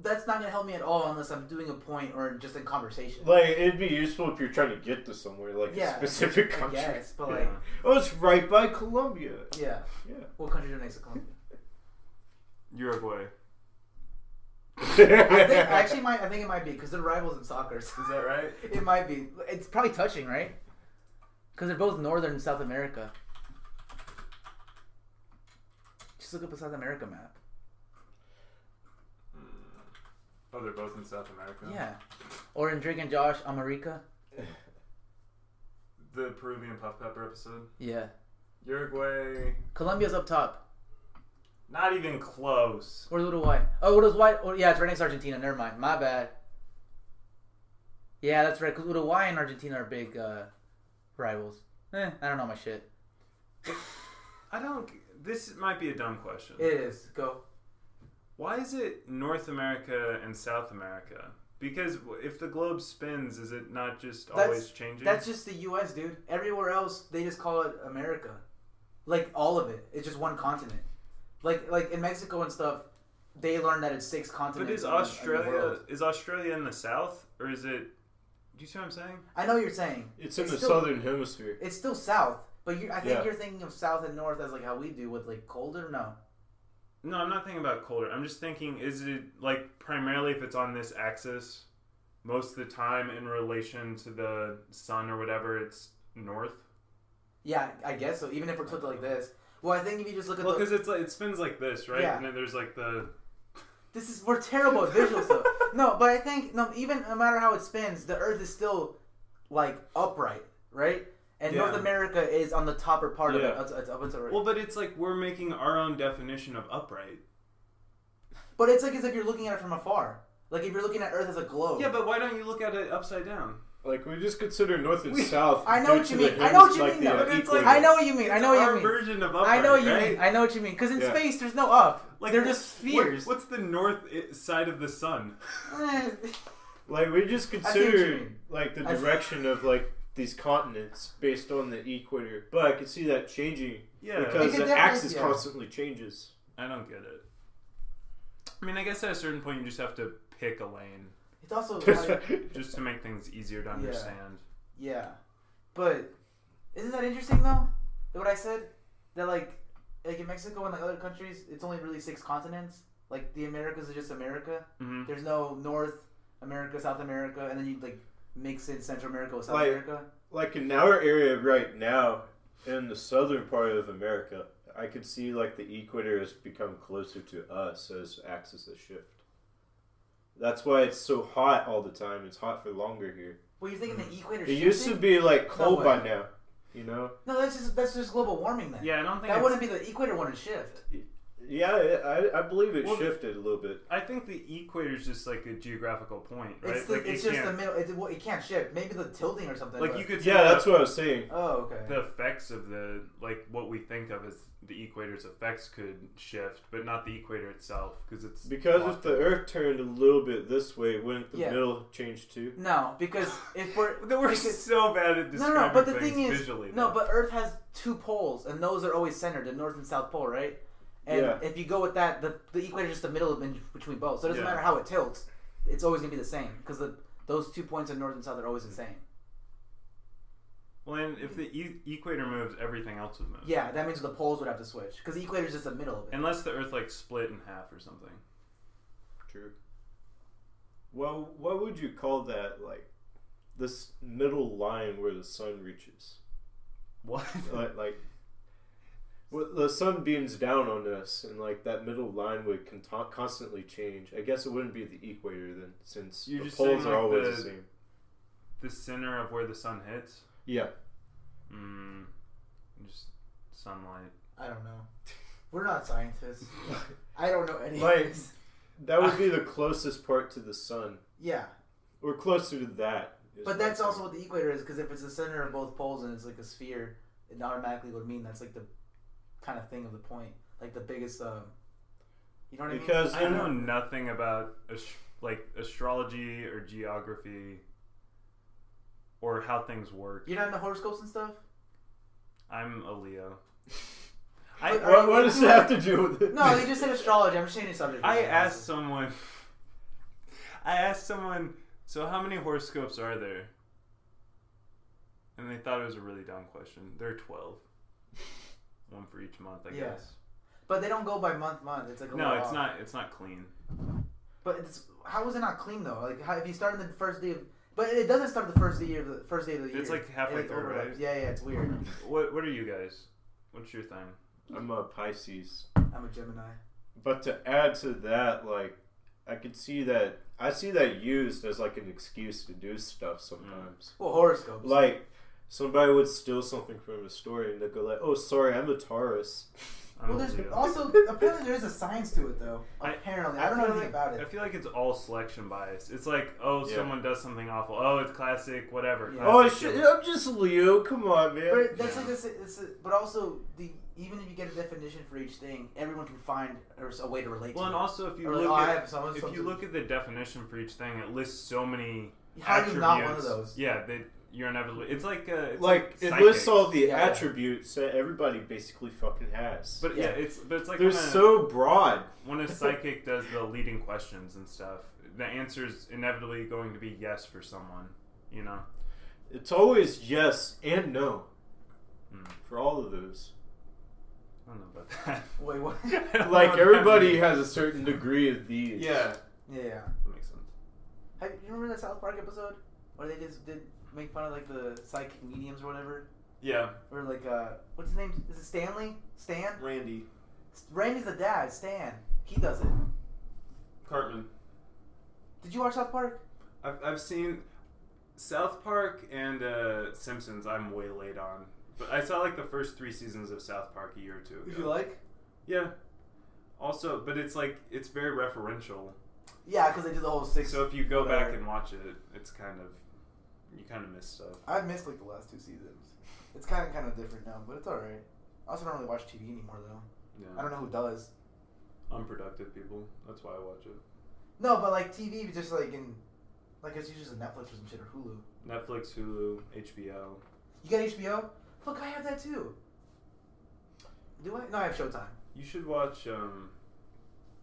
[SPEAKER 1] that's not gonna help me at all unless I'm doing a point or just in conversation.
[SPEAKER 4] Like it'd be useful if you're trying to get to somewhere, like
[SPEAKER 1] Yeah,
[SPEAKER 4] a specific
[SPEAKER 1] I
[SPEAKER 4] country.
[SPEAKER 1] guess, but
[SPEAKER 2] Yeah.
[SPEAKER 1] like
[SPEAKER 4] Oh, it's right by Colombia.
[SPEAKER 1] yeah, what country donates to Colombia?
[SPEAKER 2] Uruguay.
[SPEAKER 4] Yeah.
[SPEAKER 1] I think actually might I think it might be because they're rivals in soccer. so
[SPEAKER 2] Is that right?
[SPEAKER 1] it might be. It's probably touching, right? Because they're both northern and South America. Just look up a South America map.
[SPEAKER 2] Oh, they're both in South America.
[SPEAKER 1] Yeah. Or in Drake and Josh, America.
[SPEAKER 2] The Peruvian puff pepper episode.
[SPEAKER 1] Yeah.
[SPEAKER 2] Uruguay.
[SPEAKER 1] Colombia's up top.
[SPEAKER 2] Not even close.
[SPEAKER 1] Where's Uruguay? Oh, what is white? Oh, yeah, it's right next to Argentina. Never mind. My bad. Yeah, that's right. Because Uruguay and Argentina are big uh, rivals. Eh, I don't know my shit.
[SPEAKER 2] I don't. This might be a dumb question.
[SPEAKER 1] It is. Go.
[SPEAKER 2] Why is it North America and South America? Because w- if the globe spins, is it not just
[SPEAKER 1] That's-
[SPEAKER 2] always changing?
[SPEAKER 1] That's just the U.S., dude. Everywhere else, they just call it America. Like all of it. It's just one continent. Like like in Mexico and stuff, they learn that it's six
[SPEAKER 2] but
[SPEAKER 1] continents.
[SPEAKER 2] is
[SPEAKER 1] in the- in the
[SPEAKER 2] Australia
[SPEAKER 1] world.
[SPEAKER 2] is Australia in the south or is it? Do you see what I'm saying?
[SPEAKER 1] I know what you're saying.
[SPEAKER 4] It's in
[SPEAKER 1] It's
[SPEAKER 4] the
[SPEAKER 1] still-
[SPEAKER 4] southern hemisphere.
[SPEAKER 1] It's still south, but you, I think
[SPEAKER 4] Yeah.
[SPEAKER 1] you're thinking of south and north as like how we do with like colder. No,
[SPEAKER 2] No, I'm not thinking about colder. I'm just thinking, is it like primarily if it's on this axis, most of the time in relation to the sun or whatever, it's north.
[SPEAKER 1] yeah, I guess so. Even if we're flipped like this, well, I think if you just look at
[SPEAKER 2] Well,
[SPEAKER 1] the,
[SPEAKER 2] because it's like, it spins like this, right?
[SPEAKER 1] Yeah.
[SPEAKER 2] And then there's like the
[SPEAKER 1] this is we're terrible at visual stuff. No, but I think no, even no matter how it spins, the Earth is still like upright, right? And
[SPEAKER 2] Yeah.
[SPEAKER 1] North America is on the topper part
[SPEAKER 4] Yeah.
[SPEAKER 1] of it. It's, it's, up- it's alright.
[SPEAKER 2] well, but it's like we're making our own definition of upright.
[SPEAKER 1] but it's like as if you're looking at it from afar. Like if you're looking at Earth as a globe.
[SPEAKER 2] Yeah, but why don't you look at it upside down?
[SPEAKER 4] Like we just consider north and south.
[SPEAKER 1] I know
[SPEAKER 4] due
[SPEAKER 1] what
[SPEAKER 4] to
[SPEAKER 1] you
[SPEAKER 4] the
[SPEAKER 1] mean. I
[SPEAKER 4] hems-
[SPEAKER 1] know what you
[SPEAKER 4] like
[SPEAKER 1] mean.
[SPEAKER 4] the,
[SPEAKER 1] though.
[SPEAKER 4] uh,
[SPEAKER 2] But it's
[SPEAKER 1] Like,
[SPEAKER 2] like-
[SPEAKER 1] I know what you mean. I know
[SPEAKER 2] our
[SPEAKER 1] what you mean.
[SPEAKER 2] version of upright.
[SPEAKER 1] I know what you
[SPEAKER 2] right?
[SPEAKER 1] mean. I know what you mean. Because in
[SPEAKER 4] Yeah.
[SPEAKER 1] space, there's no up.
[SPEAKER 2] Like
[SPEAKER 1] They're
[SPEAKER 2] wh-
[SPEAKER 1] just
[SPEAKER 2] what-
[SPEAKER 1] spheres.
[SPEAKER 2] what's the north i- side of the sun?
[SPEAKER 1] Eh.
[SPEAKER 4] Like we just
[SPEAKER 1] see what you
[SPEAKER 4] consider
[SPEAKER 1] mean.
[SPEAKER 4] like the
[SPEAKER 1] I see-
[SPEAKER 4] direction of like these continents based on the equator, but I can see that changing
[SPEAKER 2] Yeah,
[SPEAKER 1] It
[SPEAKER 4] because
[SPEAKER 1] could
[SPEAKER 4] the
[SPEAKER 1] definitely-
[SPEAKER 4] axis
[SPEAKER 1] yeah.
[SPEAKER 4] constantly changes.
[SPEAKER 2] I don't get it. I mean, I guess at a certain point you just have to pick a lane
[SPEAKER 1] It's also like,
[SPEAKER 4] That's
[SPEAKER 2] just to make things easier to
[SPEAKER 1] Yeah.
[SPEAKER 2] understand.
[SPEAKER 1] yeah, but isn't that interesting though? That What I said that like like in Mexico and like other countries, it's only really six continents. Like the Americas is just America.
[SPEAKER 2] hmm
[SPEAKER 1] There's no North America, South America, and then you like mix in Central America with South
[SPEAKER 4] Like-
[SPEAKER 1] America.
[SPEAKER 4] like in our area right now, in the southern part of America, I could see like the equator has become closer to us as axis has shift. That's why it's so hot all the time. It's hot for longer here.
[SPEAKER 1] Well, you're thinking
[SPEAKER 2] Mm-hmm.
[SPEAKER 1] the equator.
[SPEAKER 4] It used to be like cold
[SPEAKER 1] way.
[SPEAKER 4] by now, you know.
[SPEAKER 1] No, that's just that's just global warming then.
[SPEAKER 2] Yeah, I don't think.
[SPEAKER 1] That
[SPEAKER 2] it's-
[SPEAKER 1] wouldn't be the equator wouldn't shift.
[SPEAKER 4] Yeah, I, I believe it
[SPEAKER 2] Well,
[SPEAKER 4] shifted a little bit.
[SPEAKER 2] I think the equator is just like a geographical point, right?
[SPEAKER 1] It's the,
[SPEAKER 2] like you
[SPEAKER 1] it's just the
[SPEAKER 2] can't-
[SPEAKER 1] middle. It, well, it can't shift. Maybe the tilting or something.
[SPEAKER 2] like
[SPEAKER 1] but-
[SPEAKER 2] you could.
[SPEAKER 4] Yeah,
[SPEAKER 2] say
[SPEAKER 4] that's
[SPEAKER 2] the,
[SPEAKER 4] what I was saying.
[SPEAKER 1] Oh, okay.
[SPEAKER 2] the effects of the like what we think of as the equator's effects could shift, but not the equator itself because it's
[SPEAKER 4] Because if the Earth turned a little bit this way, wouldn't the
[SPEAKER 1] Yeah.
[SPEAKER 4] middle change too?
[SPEAKER 1] No, because if we're
[SPEAKER 2] That we're
[SPEAKER 1] because-
[SPEAKER 2] so bad at
[SPEAKER 1] no,
[SPEAKER 2] describing
[SPEAKER 1] no, no. But the
[SPEAKER 2] things
[SPEAKER 1] thing is,
[SPEAKER 2] visually.
[SPEAKER 1] no.
[SPEAKER 2] though.
[SPEAKER 1] But Earth has two poles, and those are always centered, the North and South Pole, right? And
[SPEAKER 4] Yeah.
[SPEAKER 1] if you go with that, the, the equator is just the middle of in between both, so it doesn't
[SPEAKER 2] Yeah.
[SPEAKER 1] matter how it tilts, it's always gonna be the same because the those two points of North and South are always the same.
[SPEAKER 2] well, and if the e- equator moves, everything else would move.
[SPEAKER 1] Yeah, that means the poles would have to switch because the equator is just the middle of it.
[SPEAKER 2] Unless the Earth like split in half or something.
[SPEAKER 4] True. Well, what would you call that? Like this middle line where the sun reaches,
[SPEAKER 2] What?
[SPEAKER 4] like, like well, the sun beams down on us, and like that middle line would con- constantly change. I guess it wouldn't be the equator then, since
[SPEAKER 2] You're
[SPEAKER 4] the
[SPEAKER 2] just
[SPEAKER 4] poles
[SPEAKER 2] saying,
[SPEAKER 4] are
[SPEAKER 2] like,
[SPEAKER 4] always the...
[SPEAKER 2] the-
[SPEAKER 4] same.
[SPEAKER 2] the center of where the sun hits.
[SPEAKER 4] Yeah,
[SPEAKER 2] Mm, just sunlight.
[SPEAKER 1] I don't know. We're not scientists. I don't know any.
[SPEAKER 4] Like-
[SPEAKER 1] this.
[SPEAKER 4] That would be the closest part to the sun,
[SPEAKER 1] Yeah,
[SPEAKER 4] or closer to that. is
[SPEAKER 1] but
[SPEAKER 4] what
[SPEAKER 1] that's
[SPEAKER 4] I'm
[SPEAKER 1] also what the equator is because if it's the center of both poles and it's like a sphere, it automatically would mean that's like the kind of thing of the point, like the biggest. Um, you know what
[SPEAKER 4] saying.
[SPEAKER 1] I mean?
[SPEAKER 4] because
[SPEAKER 2] I
[SPEAKER 4] in-
[SPEAKER 2] know nothing about ast- like astrology or geography or how things work.
[SPEAKER 1] you're not into horoscopes and stuff.
[SPEAKER 2] I'm a Leo.
[SPEAKER 1] But
[SPEAKER 2] I
[SPEAKER 1] are
[SPEAKER 4] what,
[SPEAKER 1] you
[SPEAKER 4] what does
[SPEAKER 1] into,
[SPEAKER 4] it have
[SPEAKER 1] like-
[SPEAKER 4] to do with it?
[SPEAKER 1] No, they just said astrology. I'm just changing the subject.
[SPEAKER 2] I asked someone. I asked someone. So how many horoscopes are there? And they thought it was a really dumb question. There are twelve. One for each month, I
[SPEAKER 1] Yeah.
[SPEAKER 2] guess.
[SPEAKER 1] but they don't go by month month. It's like a
[SPEAKER 2] No,
[SPEAKER 1] little
[SPEAKER 2] it's
[SPEAKER 1] off.
[SPEAKER 2] not. It's not clean.
[SPEAKER 1] But it's how was it not clean though? Like how, if you start in the first day of, but it doesn't start the first day of the first day of the year.
[SPEAKER 2] It's like halfway
[SPEAKER 1] It, like,
[SPEAKER 2] through,
[SPEAKER 1] overlaps.
[SPEAKER 2] right?
[SPEAKER 1] Yeah, yeah, it's weird.
[SPEAKER 2] What What are you guys? What's your thing?
[SPEAKER 4] I'm a Pisces.
[SPEAKER 1] I'm a Gemini.
[SPEAKER 4] But to add to that, like I could see that I see that used as like an excuse to do stuff sometimes.
[SPEAKER 1] Well, horoscopes.
[SPEAKER 4] Like somebody would steal something from a story and they'd go like, "Oh, sorry, I'm a Taurus."
[SPEAKER 2] I'm
[SPEAKER 1] well,
[SPEAKER 2] a
[SPEAKER 1] there's
[SPEAKER 2] Leo.
[SPEAKER 1] also apparently there is a science to it though.
[SPEAKER 2] I-
[SPEAKER 1] Apparently, I, don't know
[SPEAKER 2] feel
[SPEAKER 1] anything
[SPEAKER 2] like-
[SPEAKER 1] about
[SPEAKER 2] I
[SPEAKER 1] it.
[SPEAKER 2] feel like it's all selection bias. It's like, oh,
[SPEAKER 4] Yeah.
[SPEAKER 2] someone does something awful. Oh, it's classic, whatever.
[SPEAKER 1] Yeah.
[SPEAKER 4] Oh
[SPEAKER 2] classic
[SPEAKER 4] shit!
[SPEAKER 2] killer.
[SPEAKER 4] I'm just Leo. Come on, man.
[SPEAKER 1] But that's like this. It's a, but also the even if you get a definition for each thing, everyone can find or s- a way to relate
[SPEAKER 2] Well,
[SPEAKER 1] to
[SPEAKER 2] and
[SPEAKER 1] it.
[SPEAKER 2] also if you
[SPEAKER 1] Or like,
[SPEAKER 2] look
[SPEAKER 1] oh, I
[SPEAKER 2] at,
[SPEAKER 1] have someone.
[SPEAKER 2] if you
[SPEAKER 1] something-
[SPEAKER 2] look at the definition for each thing, it lists so many.
[SPEAKER 1] how do you not one of
[SPEAKER 2] attributes.
[SPEAKER 1] those?
[SPEAKER 2] Yeah, they, you're inevitably. It's like uh, it's
[SPEAKER 4] like
[SPEAKER 2] like,
[SPEAKER 4] it
[SPEAKER 2] psychics.
[SPEAKER 4] lists all the
[SPEAKER 1] Yeah.
[SPEAKER 4] attributes that everybody basically fucking has.
[SPEAKER 2] But yeah.
[SPEAKER 1] Yeah.
[SPEAKER 2] it's but it's like
[SPEAKER 4] they're
[SPEAKER 2] when a,
[SPEAKER 4] so broad.
[SPEAKER 2] when a psychic does the leading questions and stuff, the answer's inevitably going to be yes for someone. You know,
[SPEAKER 4] It's always yes and no
[SPEAKER 2] Hmm.
[SPEAKER 4] for all of those.
[SPEAKER 2] I don't know about that.
[SPEAKER 1] Wait, what?
[SPEAKER 2] I don't know
[SPEAKER 4] Like
[SPEAKER 2] what that
[SPEAKER 4] everybody
[SPEAKER 2] means.
[SPEAKER 4] has a certain degree of these.
[SPEAKER 3] Yeah.
[SPEAKER 1] yeah.
[SPEAKER 2] That makes sense.
[SPEAKER 1] Have, you remember that South Park episode where they just did make fun of like the psychic mediums or whatever?
[SPEAKER 2] Yeah,
[SPEAKER 1] Or like uh, what's his name? Is it Stanley? Stan?
[SPEAKER 3] Randy
[SPEAKER 1] Randy's the dad. Stan. He does it.
[SPEAKER 3] Cartman.
[SPEAKER 1] Did you watch South Park?
[SPEAKER 2] I've, I've seen South Park and uh, Simpsons. I'm way late on, but I saw like the first three seasons of South Park a year or two.
[SPEAKER 1] Would
[SPEAKER 2] Ago.
[SPEAKER 1] you like?
[SPEAKER 2] Yeah. Also, but it's like it's very referential.
[SPEAKER 1] Yeah, because they did the whole six.
[SPEAKER 2] So if you go back
[SPEAKER 1] whatever.
[SPEAKER 2] and watch it, it's kind of you kind of miss stuff.
[SPEAKER 1] I've missed like the last two seasons. It's kind of kind of different now, but it's all right. I also don't really watch TV anymore though. I
[SPEAKER 2] Yeah.
[SPEAKER 1] don't know who does.
[SPEAKER 2] Unproductive people. That's why I watch it.
[SPEAKER 1] No, but like TV, just like in, like it's usually just Netflix or some shit or Hulu.
[SPEAKER 2] Netflix, Hulu, HBO.
[SPEAKER 1] You got HBO? Fuck, I have that too. Do I? No, I have Showtime.
[SPEAKER 2] You should watch. Um,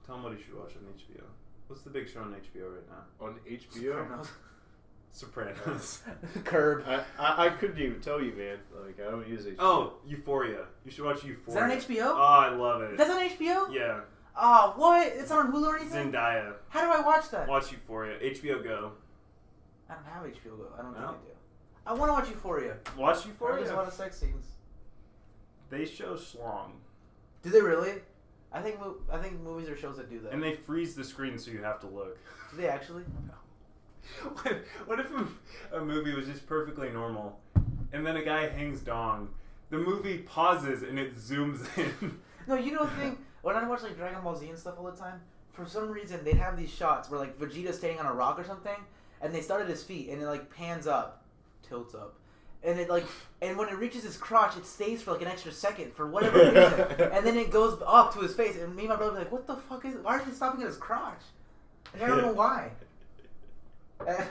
[SPEAKER 2] tell them what you should watch on HBO. What's the big show on HBO right now?
[SPEAKER 4] On HBO.
[SPEAKER 1] Sopranos.
[SPEAKER 2] Sopranos.
[SPEAKER 1] Curb.
[SPEAKER 4] I, I, I couldn't even tell you, man. Like I don't use HBO.
[SPEAKER 2] Oh, Euphoria. You should watch Euphoria.
[SPEAKER 1] Is that on HBO?
[SPEAKER 2] Oh, I love it.
[SPEAKER 1] That's on HBO?
[SPEAKER 2] yeah,
[SPEAKER 1] Ah, what? It's not on Hulu or anything?
[SPEAKER 2] Zendaya.
[SPEAKER 1] How do I watch that?
[SPEAKER 2] Watch Euphoria. HBO Go.
[SPEAKER 1] I don't have HBO Go. I don't
[SPEAKER 2] No?
[SPEAKER 1] think I do. I want to watch Euphoria.
[SPEAKER 2] Watch
[SPEAKER 1] Euphoria has a lot
[SPEAKER 2] Euphoria.
[SPEAKER 1] of sex scenes.
[SPEAKER 2] They show schlong,
[SPEAKER 1] Do they really? I think mo- I think movies are shows that do that.
[SPEAKER 2] and they freeze the screen so you have to look.
[SPEAKER 1] do they actually?
[SPEAKER 2] What, what if a, a movie was just perfectly normal, and then a guy hangs dong? The movie pauses and it zooms in.
[SPEAKER 1] No, you know the thing. When I watch like Dragon Ball Z and stuff all the time, for some reason they'd have these shots where like Vegeta's standing on a rock or something, and they start at his feet, and it like pans up, tilts up, and it like, and when it reaches his crotch, it stays for like an extra second for whatever reason, and then it goes up to his face, and me and my brother were like, "What the fuck is? Why are they stopping at his crotch?" And I don't know why. I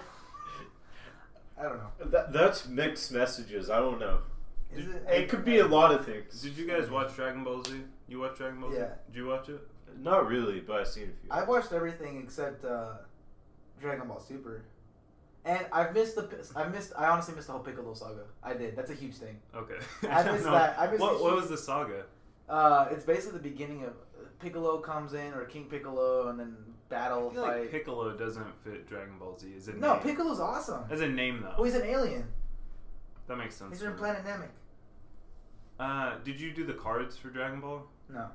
[SPEAKER 1] don't know.
[SPEAKER 4] That, that's mixed messages. I don't know.
[SPEAKER 1] Is it, eh,
[SPEAKER 4] It could be a lot of things.
[SPEAKER 2] Did you guys watch Dragon Ball Z? You watch Dragon Ball Z?
[SPEAKER 1] Yeah.
[SPEAKER 2] Did you watch it?
[SPEAKER 4] Not really, but I've seen a few.
[SPEAKER 1] I've watched everything except uh, Dragon Ball Super, and I've missed the I missed I honestly missed the whole Piccolo saga. I did. That's a huge thing.
[SPEAKER 2] Okay.
[SPEAKER 1] I missed
[SPEAKER 2] No.
[SPEAKER 1] that. I missed
[SPEAKER 2] what,
[SPEAKER 1] the
[SPEAKER 2] what
[SPEAKER 1] huge-
[SPEAKER 2] was the saga?
[SPEAKER 1] Uh, it's basically the beginning of uh, Piccolo comes in or King Piccolo, and then battle
[SPEAKER 2] I feel
[SPEAKER 1] fight.
[SPEAKER 2] like Piccolo doesn't fit Dragon Ball Z. Is it
[SPEAKER 1] no,
[SPEAKER 2] name.
[SPEAKER 1] Piccolo's awesome.
[SPEAKER 2] As a name, though,
[SPEAKER 1] Well, he's an alien.
[SPEAKER 2] that makes sense.
[SPEAKER 1] He's
[SPEAKER 2] to
[SPEAKER 1] from
[SPEAKER 2] me.
[SPEAKER 1] Planet Namek.
[SPEAKER 2] Uh, did you do the cards for Dragon Ball?
[SPEAKER 1] No,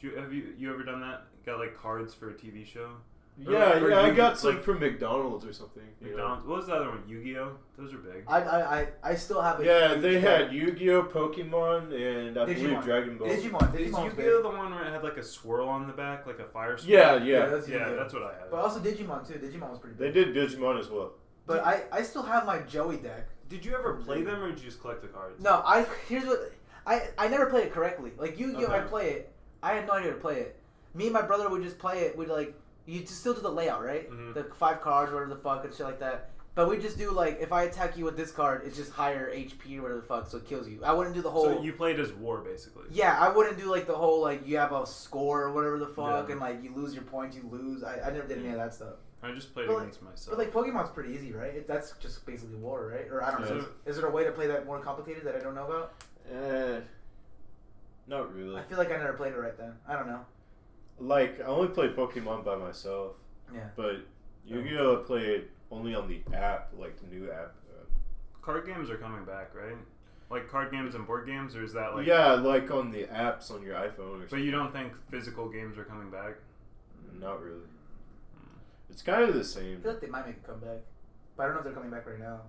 [SPEAKER 2] Do you, have you you ever done that? Got like cards for a TV show?
[SPEAKER 4] Yeah,
[SPEAKER 2] or
[SPEAKER 4] yeah, I
[SPEAKER 2] you-
[SPEAKER 4] got some
[SPEAKER 2] like-
[SPEAKER 4] from McDonald's or something. you know.
[SPEAKER 2] McDonald's. What was the other one? Yu-Gi-Oh. Those are big.
[SPEAKER 1] I, I, I, I still have a
[SPEAKER 4] Yeah,
[SPEAKER 1] huge-
[SPEAKER 4] they had Yu-Gi-Oh, Pokemon, and I believe
[SPEAKER 1] Digimon.
[SPEAKER 4] Dragon Ball.
[SPEAKER 1] Digimon.
[SPEAKER 2] Is
[SPEAKER 1] Digimon's big.
[SPEAKER 2] Yu-Gi-Oh the one where it had like a swirl on the back, like a fire swirl?
[SPEAKER 4] Yeah, yeah,
[SPEAKER 1] that's
[SPEAKER 2] Yeah,
[SPEAKER 1] Yu-Gi-Oh.
[SPEAKER 2] that's what I had.
[SPEAKER 1] But also Digimon too. Digimon was pretty
[SPEAKER 4] They
[SPEAKER 1] big.
[SPEAKER 4] did Digimon as well.
[SPEAKER 1] But I, I still have my Joey deck.
[SPEAKER 2] Did you ever play them, or did you just collect the cards?
[SPEAKER 1] No, I here's what I I never played it correctly. Like Yu Gi Oh,
[SPEAKER 2] Okay.
[SPEAKER 1] I play it. I had no idea to play it. Me and my brother would just play it. We'd like you just still do the layout, right?
[SPEAKER 2] Mhm.
[SPEAKER 1] The five cards, whatever the fuck, and shit like that. But we just do like if I attack you with this card, it's just higher HP or whatever the fuck, so it kills you. I wouldn't do the whole.
[SPEAKER 2] So you played as war, basically.
[SPEAKER 1] yeah, I wouldn't do like the whole like you have a score or whatever the fuck,
[SPEAKER 2] Yeah. Mm-hmm.
[SPEAKER 1] and like you lose your points, you lose. I, I never did any of that stuff.
[SPEAKER 2] I just played
[SPEAKER 1] But, like-
[SPEAKER 2] against myself.
[SPEAKER 1] But like Pokemon's pretty easy, right? It, that's just basically war, right? Or I don't know.
[SPEAKER 2] Yeah.
[SPEAKER 1] Is, is there a way to play that more complicated that I don't know about?
[SPEAKER 4] Eh, not really.
[SPEAKER 1] I feel like I never played it right then. I don't know.
[SPEAKER 4] Like I only played Pokemon by myself,
[SPEAKER 1] Yeah.
[SPEAKER 4] but Yu-Gi-Oh, I played only on the app, like the new app.
[SPEAKER 2] card games are coming back, right? Like card games and board games, or is that like?
[SPEAKER 4] yeah, like on the apps on your iPhone or
[SPEAKER 2] But
[SPEAKER 4] something.
[SPEAKER 2] you don't think physical games are coming back?
[SPEAKER 4] Not really.
[SPEAKER 2] Hmm.
[SPEAKER 4] It's kind of the same.
[SPEAKER 1] I feel like they might make a comeback, but I don't know if they're coming back right now.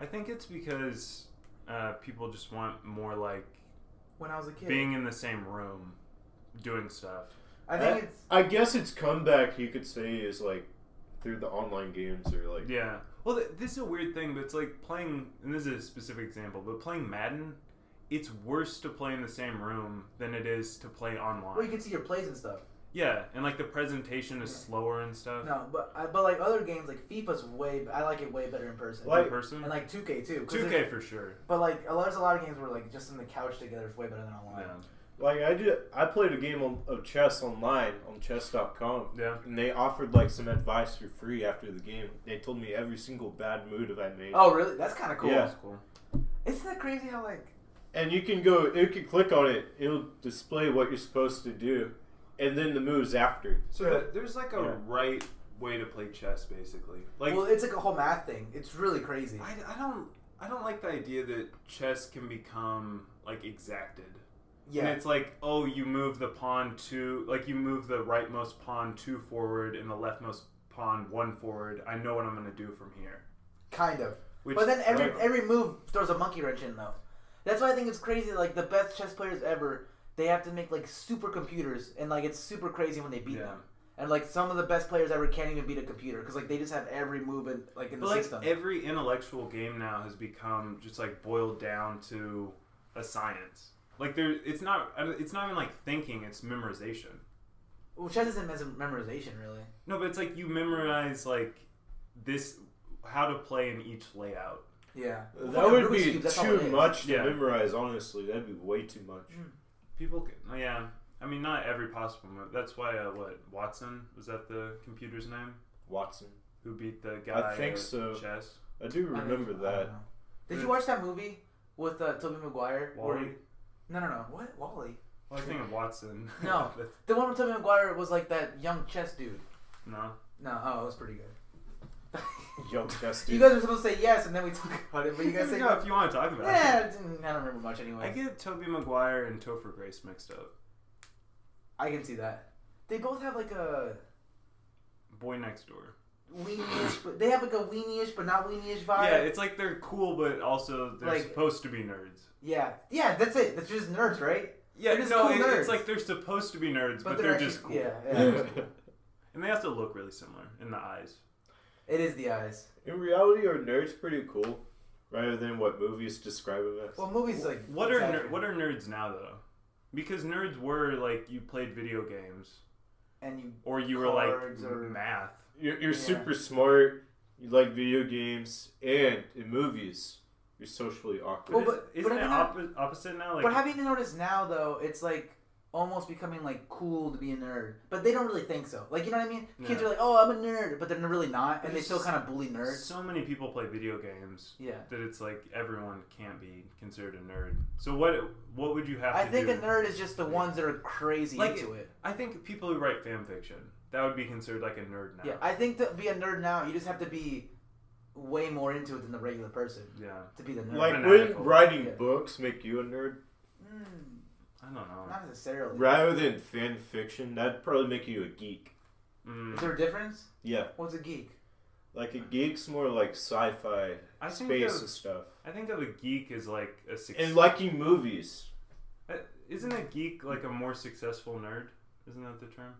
[SPEAKER 2] I think it's because uh, people just want more like
[SPEAKER 1] When I was a kid,
[SPEAKER 2] being in the same room, doing stuff.
[SPEAKER 1] I think it's
[SPEAKER 4] I guess its comeback, you could say, is like through the online games or like.
[SPEAKER 2] Yeah. Well, th- this is a weird thing, but it's like playing, and this is a specific example, but playing Madden, it's worse to play in the same room than it is to play online.
[SPEAKER 1] well, you can see your plays and stuff.
[SPEAKER 2] yeah, and like the presentation is slower and stuff.
[SPEAKER 1] No, but I, but like other games, like FIFA's way. I like it way better in person.
[SPEAKER 4] Like-
[SPEAKER 2] in person.
[SPEAKER 1] and like 2K too. 'cause
[SPEAKER 2] 2K
[SPEAKER 1] there's-
[SPEAKER 2] for sure.
[SPEAKER 1] But like a lot, there's a lot of games where like just in the couch together is way better than online.
[SPEAKER 2] Yeah.
[SPEAKER 4] Like I did, I played a game on, of chess online on chess.com.
[SPEAKER 2] Yeah.
[SPEAKER 4] And they offered like some advice for free after the game. They told me every single bad move I made.
[SPEAKER 1] Oh really? That's kind of cool.
[SPEAKER 4] Yeah.
[SPEAKER 2] That's cool.
[SPEAKER 1] Isn't that crazy how like
[SPEAKER 4] And you can go, you can click on it. It'll display what you're supposed to do, and then the moves after.
[SPEAKER 2] So
[SPEAKER 1] Yeah.
[SPEAKER 2] th- there's like a
[SPEAKER 4] Yeah.
[SPEAKER 2] right way to play chess, basically. Like
[SPEAKER 1] well, it's like a whole math thing. It's really crazy.
[SPEAKER 2] I, I don't I don't like the idea that chess can become like exacted.
[SPEAKER 1] Yeah.
[SPEAKER 2] And it's like, oh, you move the pawn two, like you move the rightmost pawn two forward and the leftmost pawn one forward. I know what I'm going to do from here.
[SPEAKER 1] Kind of.
[SPEAKER 2] Which,
[SPEAKER 1] but then every
[SPEAKER 2] right.
[SPEAKER 1] every move throws a monkey wrench in though. That's why I think it's crazy. Like the best chess players ever, they have to make like super computers, and like it's super crazy when they beat
[SPEAKER 2] Yeah.
[SPEAKER 1] them. And like some of the best players ever can't even beat a computer because like they just have every move in like in
[SPEAKER 2] But
[SPEAKER 1] the
[SPEAKER 2] like
[SPEAKER 1] system.
[SPEAKER 2] every intellectual game now has become just like boiled down to a science. Like there, it's not I mean, it's not even like thinking; it's memorization.
[SPEAKER 1] well, chess isn't mes- memorization really.
[SPEAKER 2] No, but it's like you memorize like this how to play in each layout.
[SPEAKER 1] Yeah,
[SPEAKER 4] that would be
[SPEAKER 1] all it
[SPEAKER 4] too
[SPEAKER 1] is. Mm.
[SPEAKER 4] much to
[SPEAKER 2] Yeah.
[SPEAKER 4] memorize. Honestly, that'd be way too much.
[SPEAKER 2] People, can, oh, yeah. I mean, not every possible move. That's why, uh, what Watson was that the computer's name
[SPEAKER 4] Watson,
[SPEAKER 2] who beat the guy?
[SPEAKER 4] think
[SPEAKER 2] at
[SPEAKER 4] so.
[SPEAKER 2] Chess.
[SPEAKER 4] I do
[SPEAKER 1] I don't-
[SPEAKER 4] remember
[SPEAKER 1] I don't
[SPEAKER 4] that.
[SPEAKER 1] know. Did you watch that movie with uh, Tobey Maguire? where-
[SPEAKER 2] Wally.
[SPEAKER 1] No, no, no. What Wally?
[SPEAKER 2] Well, I think of Watson.
[SPEAKER 1] No.
[SPEAKER 2] That's-
[SPEAKER 1] The one with Tobey Maguire was like that young chess dude.
[SPEAKER 2] no.
[SPEAKER 1] No, oh, it was pretty good.
[SPEAKER 4] Young chess
[SPEAKER 1] You
[SPEAKER 4] dude.
[SPEAKER 1] guys were supposed to say yes, and then we talk about it, but you guys say
[SPEAKER 2] no if you want to talk about it.
[SPEAKER 1] Yeah, I didn't- I don't remember much
[SPEAKER 2] I
[SPEAKER 1] anyway.
[SPEAKER 2] get Toby Maguire and Topher Grace mixed up.
[SPEAKER 1] I can see that. They both have like a
[SPEAKER 2] Boy Next Door.
[SPEAKER 1] weenie-ish, but they have like a weenie-ish but not weenie-ish vibe.
[SPEAKER 2] yeah, it's like they're cool, but also they're
[SPEAKER 1] Like-
[SPEAKER 2] supposed to be nerds.
[SPEAKER 1] yeah, yeah. That's it. That's just nerds, right?
[SPEAKER 2] Yeah,
[SPEAKER 1] They're just
[SPEAKER 2] no,
[SPEAKER 1] cool
[SPEAKER 2] it-
[SPEAKER 1] nerds.
[SPEAKER 2] it's like they're supposed to be nerds, but, they're, just cool.
[SPEAKER 1] actually- Yeah, yeah.
[SPEAKER 2] And they also look really similar in the eyes.
[SPEAKER 1] it is the eyes.
[SPEAKER 4] In reality, are nerds pretty cool, rather than what movies describe them as?
[SPEAKER 1] Well, movies like
[SPEAKER 2] What are ner-
[SPEAKER 1] exaggerate.
[SPEAKER 2] what are nerds now though? Because nerds were like you played video games
[SPEAKER 1] and you
[SPEAKER 2] or you were like
[SPEAKER 1] Cards or-
[SPEAKER 2] math.
[SPEAKER 4] You're, you're
[SPEAKER 1] Yeah.
[SPEAKER 4] super smart. You like video games and in movies, you're socially awkward.
[SPEAKER 1] Well,
[SPEAKER 2] Well,
[SPEAKER 1] but-
[SPEAKER 2] but
[SPEAKER 1] but
[SPEAKER 2] isn't
[SPEAKER 1] I
[SPEAKER 2] it
[SPEAKER 1] mean,
[SPEAKER 2] oppo- opposite now? Like,
[SPEAKER 1] but have you noticed now though? It's like almost becoming like cool to be a nerd, but they don't really think so. Like you know what I mean? Kids
[SPEAKER 2] Yeah.
[SPEAKER 1] are like, oh, I'm a nerd, but they're really not, and they
[SPEAKER 2] It's
[SPEAKER 1] still
[SPEAKER 2] just-
[SPEAKER 1] kind of bully nerds.
[SPEAKER 2] so many people play video games
[SPEAKER 1] Yeah.
[SPEAKER 2] that it's like everyone can't be considered a nerd. So what what would you have?
[SPEAKER 1] I
[SPEAKER 2] to
[SPEAKER 1] think
[SPEAKER 2] do?
[SPEAKER 1] a nerd is just the ones that are crazy
[SPEAKER 2] Like
[SPEAKER 1] into it.
[SPEAKER 2] I think people who write fan fiction that would be considered like a nerd now.
[SPEAKER 1] Yeah, I think to be a nerd now, you just have to be way more into it than the regular person
[SPEAKER 2] Yeah.
[SPEAKER 1] to be the nerd.
[SPEAKER 4] like
[SPEAKER 2] fanatical.
[SPEAKER 4] wouldn't writing
[SPEAKER 1] Yeah.
[SPEAKER 4] books make you a nerd?
[SPEAKER 1] Mm,
[SPEAKER 2] I don't know.
[SPEAKER 1] not necessarily.
[SPEAKER 4] Rather than fan fiction, that'd probably make you a geek.
[SPEAKER 2] Mm.
[SPEAKER 1] Is there a difference?
[SPEAKER 4] Yeah,
[SPEAKER 1] What's a geek?
[SPEAKER 4] like a geek's more like sci-fi,
[SPEAKER 2] I think
[SPEAKER 4] space
[SPEAKER 2] of,
[SPEAKER 4] and stuff,
[SPEAKER 2] I think of a geek as like a suc-
[SPEAKER 4] and liking movies.
[SPEAKER 2] Uh, Isn't a geek like a more successful nerd? Isn't that the term?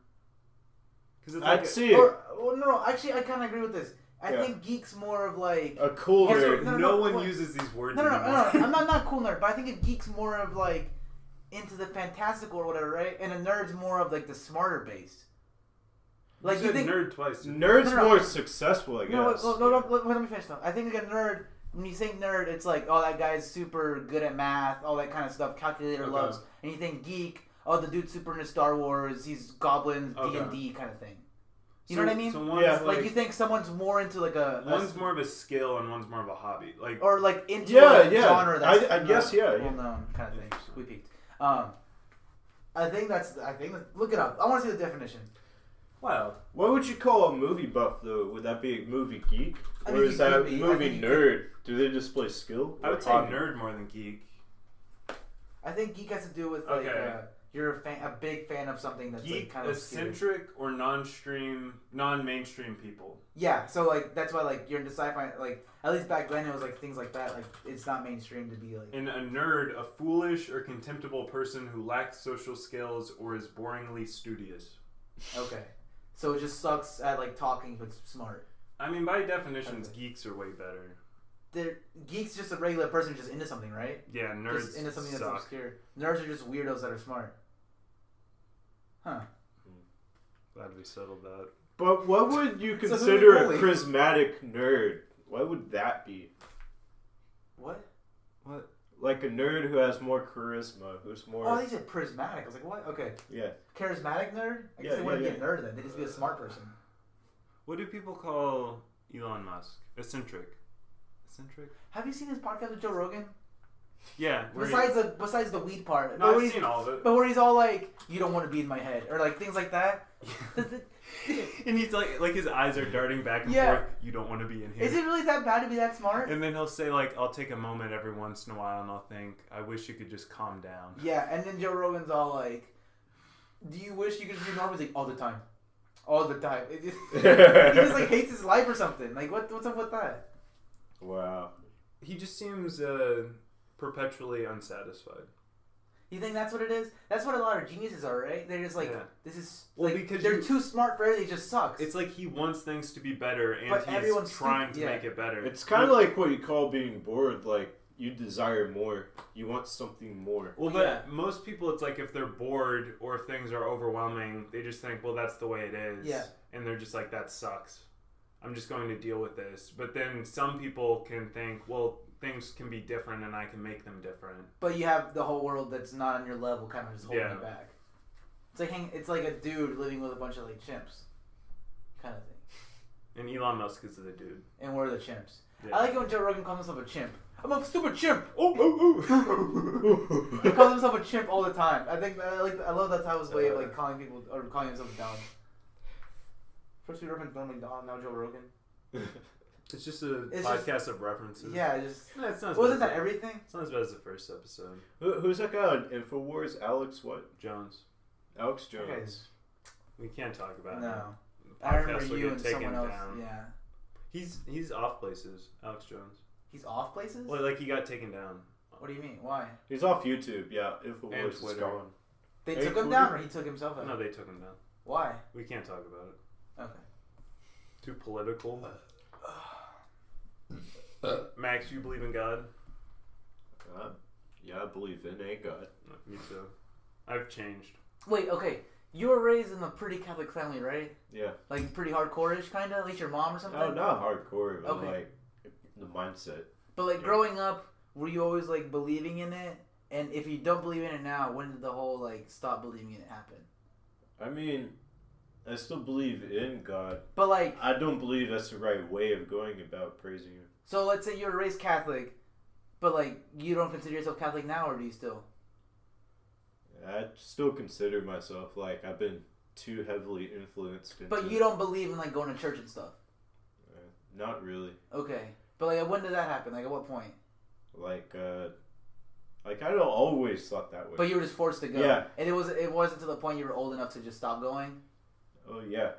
[SPEAKER 2] Because it's like
[SPEAKER 4] I'd
[SPEAKER 2] a-
[SPEAKER 4] see
[SPEAKER 1] Or, well, no, no, actually, I kind of agree with this. I
[SPEAKER 4] Yeah.
[SPEAKER 1] think geeks more of like.
[SPEAKER 4] a cool
[SPEAKER 1] Yes,
[SPEAKER 4] nerd.
[SPEAKER 2] no,
[SPEAKER 1] No, no, no,
[SPEAKER 2] one
[SPEAKER 1] wait.
[SPEAKER 2] uses these words
[SPEAKER 1] No, no, no, no,
[SPEAKER 2] anymore.
[SPEAKER 1] no. I'm not not cool nerd, but I think a geek's more of like into the fantastical or whatever, right? And a nerd's more of like the smarter base. Like
[SPEAKER 2] you,
[SPEAKER 1] you
[SPEAKER 2] said
[SPEAKER 1] think?
[SPEAKER 2] nerd twice.
[SPEAKER 4] Nerds
[SPEAKER 1] No, no, no.
[SPEAKER 4] more successful, I guess.
[SPEAKER 1] No, wait, no, no, no, wait, let me finish though. I think like a nerd. When you say nerd, it's like, oh, that guy's super good at math, all that kind of stuff, calculator
[SPEAKER 2] Okay.
[SPEAKER 1] loves. And you think geek, oh, the dude's super into Star Wars, he's goblins, D
[SPEAKER 2] Okay.
[SPEAKER 1] and D kind of thing. You
[SPEAKER 2] So-
[SPEAKER 1] know what I mean?
[SPEAKER 2] So one's
[SPEAKER 4] Yeah.
[SPEAKER 1] like,
[SPEAKER 2] like,
[SPEAKER 1] you think someone's more into like a, a
[SPEAKER 2] one's more of a skill and one's more of a hobby. Like
[SPEAKER 1] or like into
[SPEAKER 4] Yeah,
[SPEAKER 1] a
[SPEAKER 4] yeah.
[SPEAKER 1] genre that's
[SPEAKER 4] I- I guess, yeah, yeah.
[SPEAKER 1] well known kind of thing.
[SPEAKER 2] Interesting.
[SPEAKER 1] We peaked. Um, I think that's. I think look it up. I want to see the definition.
[SPEAKER 2] wow,
[SPEAKER 4] What would you call a movie buff though? Would that be a movie geek,
[SPEAKER 1] I
[SPEAKER 4] or
[SPEAKER 1] think
[SPEAKER 4] is
[SPEAKER 1] it
[SPEAKER 4] that
[SPEAKER 1] could be. I
[SPEAKER 4] movie
[SPEAKER 1] think it
[SPEAKER 4] nerd? Do they just play skill?
[SPEAKER 2] I
[SPEAKER 4] or
[SPEAKER 2] would say
[SPEAKER 4] hobby?
[SPEAKER 2] nerd more than geek.
[SPEAKER 1] I think geek has to do with like
[SPEAKER 2] Okay.
[SPEAKER 1] uh, you're a fan, a big fan of something that's
[SPEAKER 2] geek
[SPEAKER 1] like, kind of scary.
[SPEAKER 2] eccentric or non-stream, non-mainstream people.
[SPEAKER 1] Yeah, so like that's why like you're into sci-fi. Like at least back then it was like things like that. Like it's not mainstream to be like.
[SPEAKER 2] In a nerd, a foolish or contemptible person who lacks social skills or is boringly studious.
[SPEAKER 1] Okay, so it just sucks at like talking, but smart.
[SPEAKER 2] I mean, by definitions,
[SPEAKER 1] Okay.
[SPEAKER 2] geeks are way better.
[SPEAKER 1] They're, geeks just a regular person who's just into something, right?
[SPEAKER 2] Yeah, nerds
[SPEAKER 1] just into something that's
[SPEAKER 2] suck.
[SPEAKER 1] obscure. Nerds are just weirdos that are smart.
[SPEAKER 2] Glad we settled that.
[SPEAKER 4] But what would you
[SPEAKER 1] So who would
[SPEAKER 4] consider a
[SPEAKER 1] bully?
[SPEAKER 4] charismatic nerd? What would that be?
[SPEAKER 1] What?
[SPEAKER 2] What?
[SPEAKER 4] Like a nerd who has more charisma, who's more
[SPEAKER 1] Oh, they said prismatic. I was like, what? Okay.
[SPEAKER 4] yeah.
[SPEAKER 1] Charismatic nerd? I guess
[SPEAKER 4] Yeah,
[SPEAKER 1] they wouldn't
[SPEAKER 4] yeah,
[SPEAKER 1] be a
[SPEAKER 4] yeah.
[SPEAKER 1] nerd then. They'd just be a smart person.
[SPEAKER 2] What do people call Elon Musk? Eccentric. Eccentric?
[SPEAKER 1] Have you seen his podcast with Joe Rogan?
[SPEAKER 2] Yeah. where he-
[SPEAKER 1] Besides the besides the weed part.
[SPEAKER 2] no,
[SPEAKER 1] but,
[SPEAKER 2] I've
[SPEAKER 1] where he's,
[SPEAKER 2] seen all of
[SPEAKER 1] but where he's all like, you don't want to be in my head. Or like things like that. Does
[SPEAKER 2] it.
[SPEAKER 1] it-
[SPEAKER 2] and he's like, like his eyes are darting back and
[SPEAKER 1] Yeah.
[SPEAKER 2] forth. You don't want to be in here.
[SPEAKER 1] Is it really that bad to be that smart?
[SPEAKER 2] and then he'll say like, I'll take a moment every once in a while and I'll think, I wish you could just calm down.
[SPEAKER 1] Yeah, and then Joe Rogan's all like, do you wish you could just be normal? He's like, all the time. All the time. It just, he just like hates his life or something. Like, what, what's up with that?
[SPEAKER 4] Wow.
[SPEAKER 2] He just seems uh, perpetually unsatisfied.
[SPEAKER 1] You think that's what it is? That's what a lot of geniuses are, right? They're just like,
[SPEAKER 2] Yeah.
[SPEAKER 1] this is
[SPEAKER 2] Well,
[SPEAKER 1] like
[SPEAKER 2] because
[SPEAKER 1] they're
[SPEAKER 2] you-
[SPEAKER 1] too smart for everything. It just sucks.
[SPEAKER 2] It's like he wants things to be better and
[SPEAKER 1] But everyone's
[SPEAKER 2] he's trying to
[SPEAKER 1] stupid, yeah.
[SPEAKER 2] make it better.
[SPEAKER 4] It's kind of like what you call being bored. Like you desire more. You want something more.
[SPEAKER 2] Well,
[SPEAKER 1] Yeah.
[SPEAKER 2] but most people, it's like if they're bored or if things are overwhelming, they just think, well, that's the way it is.
[SPEAKER 1] Yeah.
[SPEAKER 2] And they're just like, that sucks. I'm just going to deal with this. But then some people can think, well, things can be different and I can make them different.
[SPEAKER 1] but you have the whole world that's not on your level, kind of just holding
[SPEAKER 2] Yeah.
[SPEAKER 1] you back. It's like hang, it's like a dude living with a bunch of like chimps, kind of thing.
[SPEAKER 2] And Elon Musk is the dude.
[SPEAKER 1] And we're the chimps.
[SPEAKER 2] Yeah.
[SPEAKER 1] I like it when Joe Rogan calls himself a chimp. I'm a stupid chimp.
[SPEAKER 2] Oh, oh, oh.
[SPEAKER 1] He calls himself a chimp all the time. I think I like I love that's how his way of like calling people or calling himself dumb. First we referenced Norm Macdonald, now Joe Rogan.
[SPEAKER 2] it's just a
[SPEAKER 1] It's
[SPEAKER 2] podcast
[SPEAKER 1] just-
[SPEAKER 2] of references.
[SPEAKER 1] Yeah, just
[SPEAKER 2] No, it's not as
[SPEAKER 1] wasn't
[SPEAKER 2] bad.
[SPEAKER 1] that everything?
[SPEAKER 2] It's not as bad as the first episode.
[SPEAKER 4] Who, who's that guy on Infowars? Alex what?
[SPEAKER 2] Jones.
[SPEAKER 4] Alex
[SPEAKER 1] Okay.
[SPEAKER 4] Jones.
[SPEAKER 2] We can't talk about him.
[SPEAKER 1] No,
[SPEAKER 2] The
[SPEAKER 1] I
[SPEAKER 2] podcast
[SPEAKER 1] remember
[SPEAKER 2] will
[SPEAKER 1] you
[SPEAKER 2] get
[SPEAKER 1] and
[SPEAKER 2] taken
[SPEAKER 1] someone else.
[SPEAKER 2] down.
[SPEAKER 1] Yeah,
[SPEAKER 2] He's, he's off places, Alex Jones.
[SPEAKER 1] he's off places.
[SPEAKER 2] Well, like he got taken down.
[SPEAKER 1] What do you mean? Why?
[SPEAKER 4] He's off YouTube. Yeah,
[SPEAKER 2] And
[SPEAKER 4] Infowars is
[SPEAKER 2] Twitter.
[SPEAKER 4] gone.
[SPEAKER 1] They
[SPEAKER 4] Hey,
[SPEAKER 1] took him
[SPEAKER 4] Cody.
[SPEAKER 1] down, or he took himself out.
[SPEAKER 2] No, they took him down.
[SPEAKER 1] Why?
[SPEAKER 2] We can't talk about it.
[SPEAKER 1] Okay.
[SPEAKER 2] Too political.
[SPEAKER 1] Uh,
[SPEAKER 2] Max, you believe in God?
[SPEAKER 4] Uh, yeah, I believe in a god.
[SPEAKER 2] Me too. I've changed.
[SPEAKER 1] Wait. Okay. You were raised in a pretty Catholic family, right?
[SPEAKER 4] Yeah.
[SPEAKER 1] Like pretty hardcore-ish, kind of. At least your mom or something.
[SPEAKER 2] Oh,
[SPEAKER 4] No, not hardcore, but
[SPEAKER 1] Okay.
[SPEAKER 4] like the mindset.
[SPEAKER 1] But like
[SPEAKER 2] Yeah.
[SPEAKER 1] growing up, were you always like believing in it? And if you don't believe in it now, when did the whole like stop believing in it happen?
[SPEAKER 4] I mean, I still believe in God.
[SPEAKER 1] But like,
[SPEAKER 4] I don't believe that's the right way of going about praising Him.
[SPEAKER 1] so let's say you were raised Catholic, but like you don't consider yourself Catholic now, or do you still?
[SPEAKER 4] I still consider myself like I've been too heavily influenced. Into, Uh,
[SPEAKER 1] But you don't believe in like going to church and stuff.
[SPEAKER 4] Not really.
[SPEAKER 1] Okay. But like, when did that happen? Like, at what point?
[SPEAKER 4] Like, uh, like I don't always thought that way.
[SPEAKER 1] But you were just forced to go.
[SPEAKER 4] Yeah.
[SPEAKER 1] And it was it wasn't to the point you were old enough to just stop going.
[SPEAKER 4] oh yeah.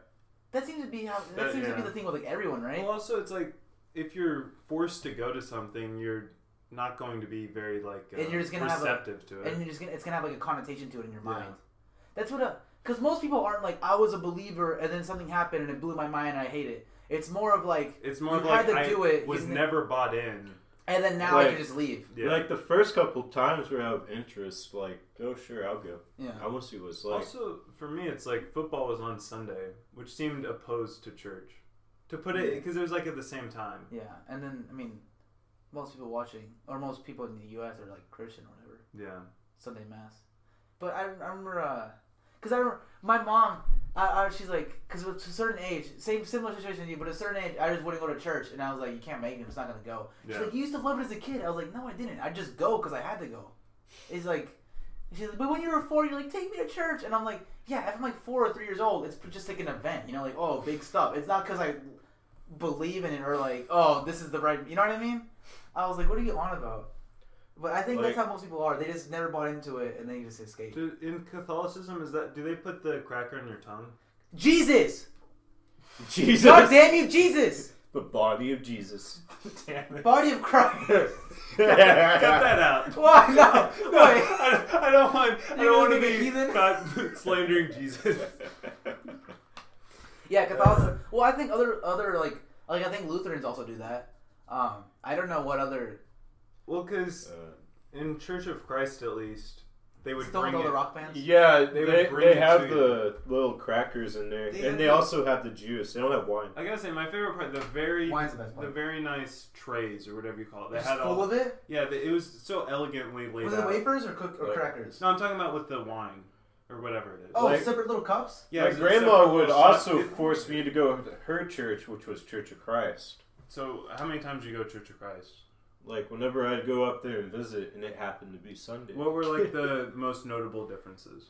[SPEAKER 1] That seems to be how. That
[SPEAKER 2] That-
[SPEAKER 1] seems to be
[SPEAKER 2] yeah.
[SPEAKER 1] the thing with like everyone, right?
[SPEAKER 2] Well, also it's like if you're forced to go to something, you're not going to be very like uh,
[SPEAKER 1] And you're just gonna have a-
[SPEAKER 2] receptive to it.
[SPEAKER 1] And you're just gonna, it's gonna have like a connotation to it in your
[SPEAKER 2] Yeah.
[SPEAKER 1] mind. That's what a because most people aren't like I was a believer and then something happened and it blew my mind and I hate it. It's more of like
[SPEAKER 2] it's more
[SPEAKER 1] you
[SPEAKER 2] of like
[SPEAKER 1] had to
[SPEAKER 2] I
[SPEAKER 1] do it,
[SPEAKER 2] was
[SPEAKER 1] you kn-
[SPEAKER 2] never bought in.
[SPEAKER 1] and then now I
[SPEAKER 4] Like-
[SPEAKER 1] can just leave.
[SPEAKER 2] Yeah.
[SPEAKER 4] Like the first couple times where I have interest, like, oh sure, I'll go.
[SPEAKER 1] Yeah.
[SPEAKER 4] I want to see what it's like.
[SPEAKER 2] also, for me, it's like football was on Sunday, which seemed opposed to church. To put it,
[SPEAKER 1] Mm.
[SPEAKER 2] because it was like at the same time.
[SPEAKER 1] Yeah, and then I mean, most people watching or most people in the U.S. are like Christian or whatever
[SPEAKER 2] Yeah.
[SPEAKER 1] Sunday mass. But I, I remember because I remember my mom. I, I, she's like, because to a certain age, same similar situation to you, but at a certain age, I just wouldn't go to church, and I was like, you can't make it. It's not gonna go. She's
[SPEAKER 2] Yeah.
[SPEAKER 1] like, you used to love it as a kid. I was like, no, I didn't. I just go because I had to go. It's like, she's like, but when you were four, you're like, take me to church, and I'm like, yeah, if I'm like four or three years old, it's just like an event, you know, like oh, big stuff. It's not because I believe in it or like oh, this is the right, you know what I mean? I was like, what are you on about? But I think that's
[SPEAKER 4] Like-
[SPEAKER 1] how most people are. They just never bought into it and they just escaped.
[SPEAKER 2] Do, in Catholicism, is that do they put the cracker in your tongue?
[SPEAKER 1] Jesus,
[SPEAKER 4] Jesus,
[SPEAKER 1] God damn you, Jesus,
[SPEAKER 4] the body of Jesus.
[SPEAKER 2] Damn it! Cut
[SPEAKER 1] body of Christ.
[SPEAKER 2] that out.
[SPEAKER 1] Why no?
[SPEAKER 2] No,
[SPEAKER 1] Wait.
[SPEAKER 2] I, don't- I don't want. I
[SPEAKER 1] You're
[SPEAKER 2] don't want to
[SPEAKER 1] gonna be a
[SPEAKER 2] be
[SPEAKER 1] heathen?
[SPEAKER 2] caught slandering Jesus.
[SPEAKER 1] Yeah, Catholicism. well, I think other other like like I think Lutherans also do that. Um, I don't know what other.
[SPEAKER 2] Well, because
[SPEAKER 4] Uh,
[SPEAKER 2] in Church of Christ, at least, they would
[SPEAKER 1] Still
[SPEAKER 2] bring
[SPEAKER 1] with all
[SPEAKER 2] it.
[SPEAKER 1] the rock bands.
[SPEAKER 4] yeah,
[SPEAKER 2] They
[SPEAKER 4] they
[SPEAKER 2] would
[SPEAKER 4] they,
[SPEAKER 2] bring it to
[SPEAKER 4] have
[SPEAKER 2] you.
[SPEAKER 4] the little crackers in there,
[SPEAKER 1] They have
[SPEAKER 4] and they
[SPEAKER 1] the-
[SPEAKER 4] also have the juice. They don't have wine.
[SPEAKER 2] I gotta say, my favorite part, the very,
[SPEAKER 1] Wine's the best
[SPEAKER 2] the
[SPEAKER 1] part.
[SPEAKER 2] very nice trays or whatever you call it. They
[SPEAKER 1] Just
[SPEAKER 2] had
[SPEAKER 1] full
[SPEAKER 2] all.
[SPEAKER 1] of it.
[SPEAKER 2] Yeah, the, it was so elegantly laid
[SPEAKER 1] Was
[SPEAKER 2] out.
[SPEAKER 1] it wafers or cook or
[SPEAKER 4] Like-
[SPEAKER 1] crackers?
[SPEAKER 2] No, I'm talking about with the wine or whatever it is.
[SPEAKER 1] Oh,
[SPEAKER 4] like-
[SPEAKER 1] separate little cups.
[SPEAKER 2] yeah.
[SPEAKER 4] My
[SPEAKER 2] it was a
[SPEAKER 4] grandma
[SPEAKER 2] separate
[SPEAKER 4] would
[SPEAKER 2] little
[SPEAKER 4] also
[SPEAKER 2] shop. It-
[SPEAKER 4] force me to go to her church, which was Church of Christ.
[SPEAKER 2] So, how many times do you go to Church of Christ?
[SPEAKER 4] Like whenever I'd go up there and visit, and it happened to be Sunday.
[SPEAKER 2] What were like the most notable differences?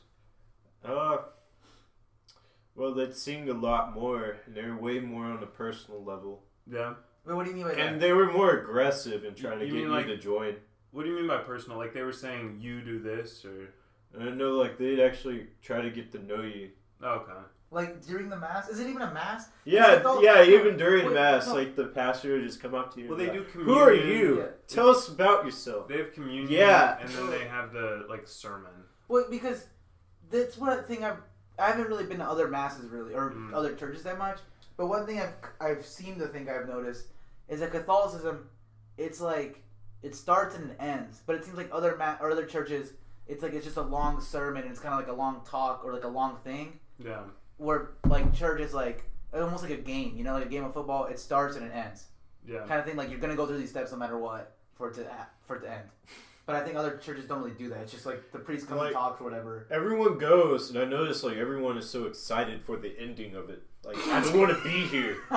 [SPEAKER 4] Uh, well, they'd sing a lot more, and they were way more on a personal level,
[SPEAKER 2] Yeah.
[SPEAKER 1] Wait, what do you mean by that?
[SPEAKER 4] and they were more aggressive in trying to
[SPEAKER 2] You
[SPEAKER 4] get
[SPEAKER 2] mean
[SPEAKER 4] you
[SPEAKER 2] like-
[SPEAKER 4] to join.
[SPEAKER 2] What do you mean by personal? Like they were saying you do this or
[SPEAKER 4] And I know, like they'd actually try to get to know you.
[SPEAKER 2] oh, okay.
[SPEAKER 1] like during the mass? Is it even a mass?
[SPEAKER 4] Yeah,
[SPEAKER 1] it's all-
[SPEAKER 4] yeah. Even during
[SPEAKER 1] Wait,
[SPEAKER 4] mass,
[SPEAKER 1] no.
[SPEAKER 4] like the pastor would just come up to you.
[SPEAKER 2] Well,
[SPEAKER 4] and
[SPEAKER 2] they
[SPEAKER 4] be
[SPEAKER 2] do
[SPEAKER 4] like, Who are
[SPEAKER 2] communion.
[SPEAKER 4] you?
[SPEAKER 1] Yeah.
[SPEAKER 4] Tell us about yourself.
[SPEAKER 2] They have communion.
[SPEAKER 4] Yeah.
[SPEAKER 2] And then they have the like sermon.
[SPEAKER 1] Well, because that's one thing I've I haven't really been to other masses really or
[SPEAKER 2] Mm.
[SPEAKER 1] other churches that much. But one thing I've I've seemed to think I've noticed is that Catholicism, it's like it starts and it ends, but it seems like other ma- or other churches, it's like it's just a long sermon and it's kind of like a long talk or like a long thing
[SPEAKER 2] Yeah.
[SPEAKER 1] where like church is like almost like a game, you know, like a game of football. It starts and it ends
[SPEAKER 2] Yeah.
[SPEAKER 1] kind of thing. Like you're gonna go through these steps no matter what for it to ha- for it to end. But I think other churches don't really do that. It's just like the priest comes
[SPEAKER 4] Like-
[SPEAKER 1] and talks or whatever.
[SPEAKER 4] Everyone goes, and I notice like everyone is so excited for the ending of it. Like I don't want to be here.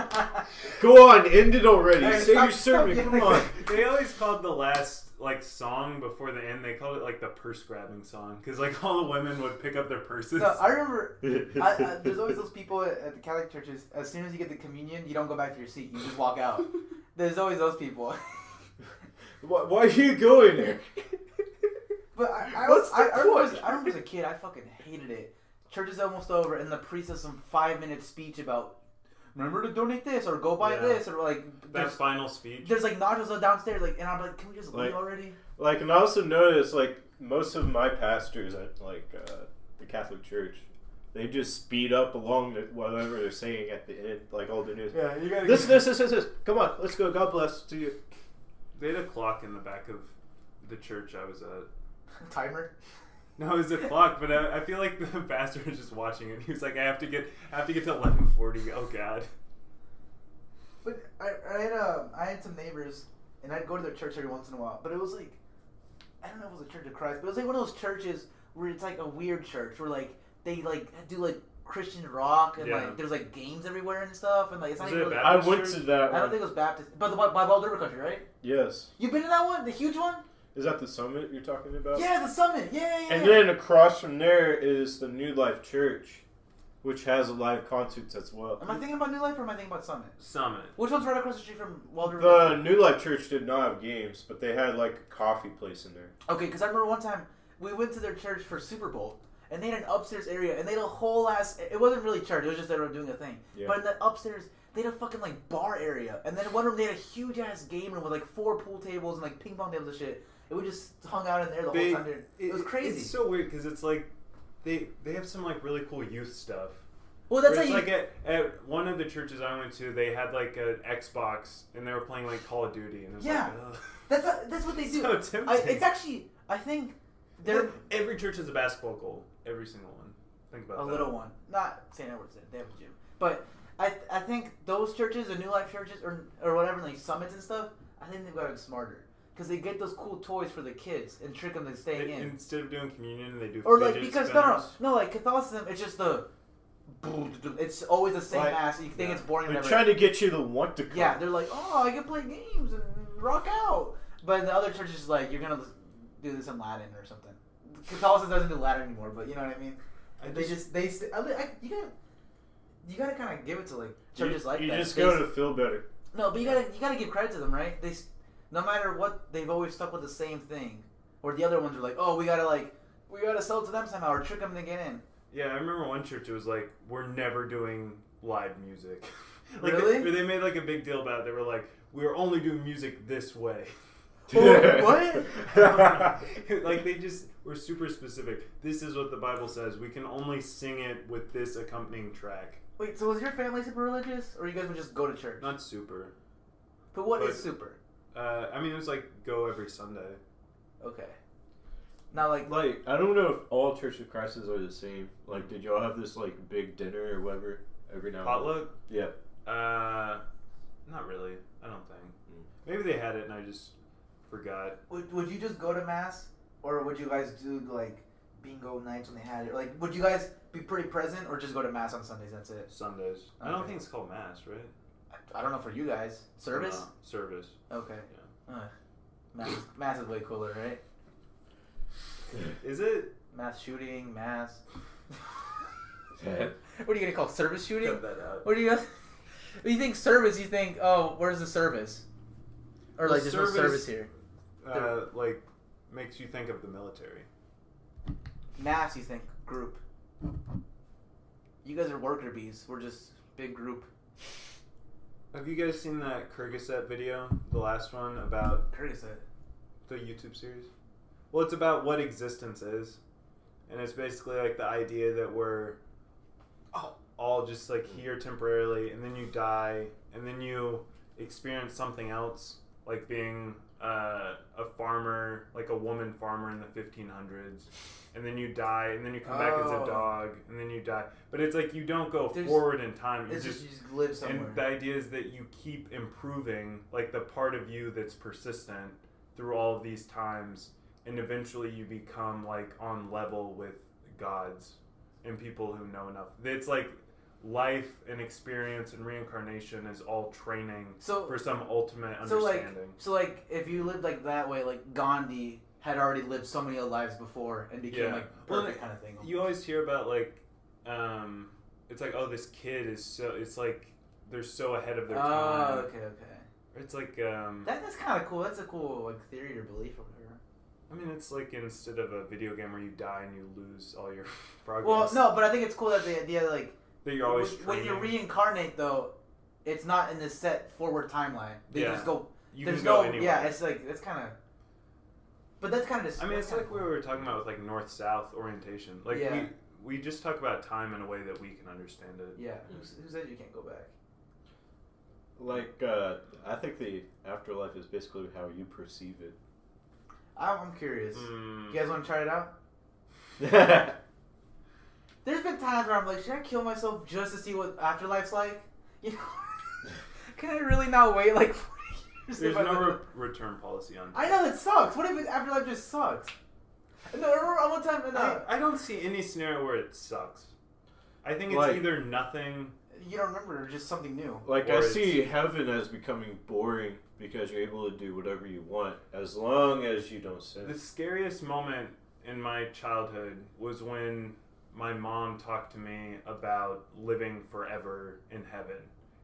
[SPEAKER 4] Go on, end it already.
[SPEAKER 1] Hey,
[SPEAKER 4] Say
[SPEAKER 1] stop-
[SPEAKER 4] your sermon.
[SPEAKER 1] stop
[SPEAKER 4] Come on.
[SPEAKER 2] They always called the last like song before the end. They called it like the purse grabbing song because like all the women would pick up their purses.
[SPEAKER 1] So I remember I, I, there's always those people at at the Catholic churches. As soon as you get the communion, you don't go back to your seat. You just walk out. There's always those people.
[SPEAKER 4] Why, why are you going there?
[SPEAKER 1] But I, I,
[SPEAKER 4] What's
[SPEAKER 1] was,
[SPEAKER 4] the
[SPEAKER 1] I, I, remember as,
[SPEAKER 4] point?
[SPEAKER 1] I remember as a kid, I fucking hated it. Church is almost over, and the priest has some five minute speech about remember to donate this or go buy
[SPEAKER 2] Yeah.
[SPEAKER 1] this or like
[SPEAKER 2] that
[SPEAKER 1] there's,
[SPEAKER 2] final speech.
[SPEAKER 1] there's like nachos downstairs, like and I'm like, can we just
[SPEAKER 4] Like-
[SPEAKER 1] leave already?
[SPEAKER 4] Like, and I also notice like most of my pastors at like uh, the Catholic Church, they just speed up along the, whatever they're saying at the end, like all the news.
[SPEAKER 2] Yeah, you gotta.
[SPEAKER 4] This, this, this, this, this. Come on, let's go. God bless to you.
[SPEAKER 2] They had a clock in the back of the church I was at.
[SPEAKER 1] Timer.
[SPEAKER 2] No, it was a clock, but I, I feel like the pastor was just watching it. He was like, "I have to get, I have to get to eleven forty. Oh God."
[SPEAKER 1] But I, I had um, I had some neighbors, and I'd go to their church every once in a while. But it was like, I don't know if it was a Church of Christ, but it was like one of those churches where it's like a weird church where like they like do like Christian rock and
[SPEAKER 2] Yeah.
[SPEAKER 1] like there's like games everywhere and stuff, and like it's not
[SPEAKER 2] Is
[SPEAKER 1] even.
[SPEAKER 2] it a
[SPEAKER 1] really-
[SPEAKER 2] Baptist
[SPEAKER 4] I went
[SPEAKER 2] church?
[SPEAKER 4] to that.
[SPEAKER 1] I don't
[SPEAKER 4] One.
[SPEAKER 1] think it was Baptist, but the one by Bald River Country, right?
[SPEAKER 4] yes.
[SPEAKER 1] You've been to that one, the huge one?
[SPEAKER 4] Is that the summit you're talking about?
[SPEAKER 1] Yeah, the summit. Yeah, yeah, yeah.
[SPEAKER 4] And then across from there is the New Life Church, which has live concerts as well.
[SPEAKER 1] am I thinking about New Life or am I thinking about Summit?
[SPEAKER 2] Summit.
[SPEAKER 1] Which one's right across the street from Bald River?
[SPEAKER 4] The New Life Church did not have games, but they had like a coffee place in there.
[SPEAKER 1] Okay, because I remember one time we went to their church for Super Bowl, and they had an upstairs area, and they had a whole ass. It wasn't really church; it was just they were doing a thing.
[SPEAKER 4] Yeah.
[SPEAKER 1] But in the upstairs, they had a fucking like bar area, and then in one room they had a huge ass game room with like four pool tables and like ping pong tables and shit. And we just hung out in there the
[SPEAKER 2] They-
[SPEAKER 1] whole time. dude. It was crazy.
[SPEAKER 2] It's so weird because it's like they they have some like really cool youth stuff.
[SPEAKER 1] well, that's how
[SPEAKER 2] Where it's
[SPEAKER 1] you.
[SPEAKER 2] like at, at one of the churches I went to, they had like an Xbox and they were playing like Call of Duty, and it was
[SPEAKER 1] Yeah.
[SPEAKER 2] like, ugh.
[SPEAKER 1] that's a, that's what they do.
[SPEAKER 2] so tempting.
[SPEAKER 1] I, it's actually I think they're
[SPEAKER 2] every church has a basketball goal. Every single one. Think about
[SPEAKER 1] a
[SPEAKER 2] that.
[SPEAKER 1] little one, not St. Edward's. They have a gym, but I I think those churches, the New Life churches, or or whatever, like summits and stuff. I think they've gotten smarter because they get those cool toys for the kids and trick them to staying
[SPEAKER 2] They-
[SPEAKER 1] in.
[SPEAKER 2] Instead of doing communion, they do
[SPEAKER 1] or like
[SPEAKER 2] fidget
[SPEAKER 1] because no, no
[SPEAKER 2] spinners.
[SPEAKER 1] no like Catholicism, it's just the it's always the same
[SPEAKER 4] Right.
[SPEAKER 1] ass. You think
[SPEAKER 2] Yeah.
[SPEAKER 1] it's boring. and
[SPEAKER 4] They're
[SPEAKER 1] never-
[SPEAKER 4] trying to get you to want to come.
[SPEAKER 1] Yeah, they're like, oh, I can play games and rock out. But the other church is like, you're gonna do this in Latin or something. Catholicism doesn't do Latin anymore, but you know what I mean.
[SPEAKER 2] I
[SPEAKER 1] they just they st- I, I, you gotta you gotta kind of give it to like churches
[SPEAKER 4] you,
[SPEAKER 1] like
[SPEAKER 4] you
[SPEAKER 1] that.
[SPEAKER 4] just
[SPEAKER 1] They
[SPEAKER 4] go
[SPEAKER 1] s-
[SPEAKER 4] to feel better.
[SPEAKER 1] no, but you gotta you gotta give credit to them, right? They, s- no matter what, they've always stuck with the same thing. Or the other ones are like, oh, we gotta like we gotta sell to them somehow or trick them to get in.
[SPEAKER 2] Yeah, I remember one church. It was like we're never doing live music. like
[SPEAKER 1] Really?
[SPEAKER 2] They, they made like a big deal about it. They were like, we're only doing music this way.
[SPEAKER 1] Oh, what?
[SPEAKER 2] like they just were super specific. This is what the Bible says. We can only sing it with this accompanying track.
[SPEAKER 1] Wait, so was your family super religious, or you guys would just go to church?
[SPEAKER 2] Not super.
[SPEAKER 1] But what is
[SPEAKER 2] but-
[SPEAKER 1] super?
[SPEAKER 2] Uh, I mean, it was like go every Sunday.
[SPEAKER 1] Okay. Now, like,
[SPEAKER 4] Like, I don't know if all Church of Christ's are the same. Like, did y'all have this, like, big dinner or whatever every now and then?
[SPEAKER 2] Potluck?
[SPEAKER 4] Um, Yeah.
[SPEAKER 2] Uh, not really. I don't think. Maybe they had it and I just forgot.
[SPEAKER 1] would, would you just go to mass, or would you guys do like bingo nights when they had it? Like, would you guys be pretty present, or just go to mass on Sundays? That's it.
[SPEAKER 2] Sundays. I don't
[SPEAKER 1] Okay.
[SPEAKER 2] think it's called mass, right?
[SPEAKER 1] I- I don't know for you guys. Uh, Service.
[SPEAKER 2] No, service.
[SPEAKER 1] Okay. Ugh. mass, is- mass is way cooler, right?
[SPEAKER 2] Is it?
[SPEAKER 1] Mass shooting, mass. what are you gonna call it? service shooting?
[SPEAKER 2] Cut that out.
[SPEAKER 1] What do you? When you think service, you think, oh, where's the service? Or
[SPEAKER 2] The
[SPEAKER 1] like, there's no
[SPEAKER 2] service-
[SPEAKER 1] service here.
[SPEAKER 2] Uh, like makes you think of the military.
[SPEAKER 1] Mass, you think group. You guys are worker bees. We're just big group.
[SPEAKER 2] Have you guys seen that Kyrgyzstan video, the last one about
[SPEAKER 1] Curtis said.
[SPEAKER 2] the YouTube series? Well, it's about what existence is, and it's basically like the idea that we're
[SPEAKER 1] Oh.
[SPEAKER 2] all just like here temporarily, and then you die, and then you experience something else, like being uh, a farmer, like a woman farmer in the 1500s, and then you die, and then you come back as
[SPEAKER 1] Oh.
[SPEAKER 2] a dog, and then you die. But it's like you don't go
[SPEAKER 1] There's-
[SPEAKER 2] forward in time. You
[SPEAKER 1] It's
[SPEAKER 2] just
[SPEAKER 1] just you just live somewhere.
[SPEAKER 2] and the idea is that you keep improving, like the part of you that's persistent through all of these times, and eventually you become like on level with gods and people who know enough. It's like life and experience and reincarnation is all training
[SPEAKER 1] so
[SPEAKER 2] for some ultimate
[SPEAKER 1] so like
[SPEAKER 2] understanding.
[SPEAKER 1] so like if you lived like that way, like Gandhi had already lived so many lives before and became
[SPEAKER 2] Yeah.
[SPEAKER 1] like
[SPEAKER 2] Well,
[SPEAKER 1] perfect kind of thing.
[SPEAKER 2] you always hear about like, um, it's like oh this kid is so it's like they're so ahead of their
[SPEAKER 1] oh,
[SPEAKER 2] time.
[SPEAKER 1] okay, okay.
[SPEAKER 2] It's like um,
[SPEAKER 1] That, that's kind of cool. That's a cool like theory or belief or whatever.
[SPEAKER 2] I mean, it's like instead of a video game where you die and you lose all your progress.
[SPEAKER 1] Well, no, but I think it's cool that the idea like
[SPEAKER 2] that you're always
[SPEAKER 1] when, when you
[SPEAKER 2] training.
[SPEAKER 1] reincarnate though, it's not in this set forward timeline. They
[SPEAKER 2] Yeah.
[SPEAKER 1] just go
[SPEAKER 2] you
[SPEAKER 1] There's
[SPEAKER 2] can go
[SPEAKER 1] no,
[SPEAKER 2] anywhere.
[SPEAKER 1] yeah, it's like that's kind of. But that's kind of.
[SPEAKER 2] I mean, it's like we were talking about with like north south orientation. Like
[SPEAKER 1] Yeah.
[SPEAKER 2] we we just talk about time in a way that we can understand it.
[SPEAKER 1] Yeah, who, s- who said you can't go back?
[SPEAKER 4] Like, uh, I think the afterlife is basically how you perceive it.
[SPEAKER 1] I'm, I'm curious.
[SPEAKER 2] Mm,
[SPEAKER 1] You guys want to try it out? There's been times where I'm like, should I kill myself just to see what afterlife's like? You know, can I really not wait like 40 years?
[SPEAKER 2] There's
[SPEAKER 1] if I
[SPEAKER 2] no
[SPEAKER 1] live-
[SPEAKER 2] re- return policy on.
[SPEAKER 1] I know it sucks. What if his afterlife just sucks? No, I remember one time. No,
[SPEAKER 2] I, I don't see any scenario where it sucks. I think it's
[SPEAKER 4] Like-
[SPEAKER 2] either nothing.
[SPEAKER 1] you don't remember, just something new.
[SPEAKER 4] like,
[SPEAKER 2] Or
[SPEAKER 4] I
[SPEAKER 2] it's-
[SPEAKER 4] see heaven as becoming boring because you're able to do whatever you want as long as you don't sin.
[SPEAKER 2] The scariest moment in my childhood was when my mom talked to me about living forever in heaven.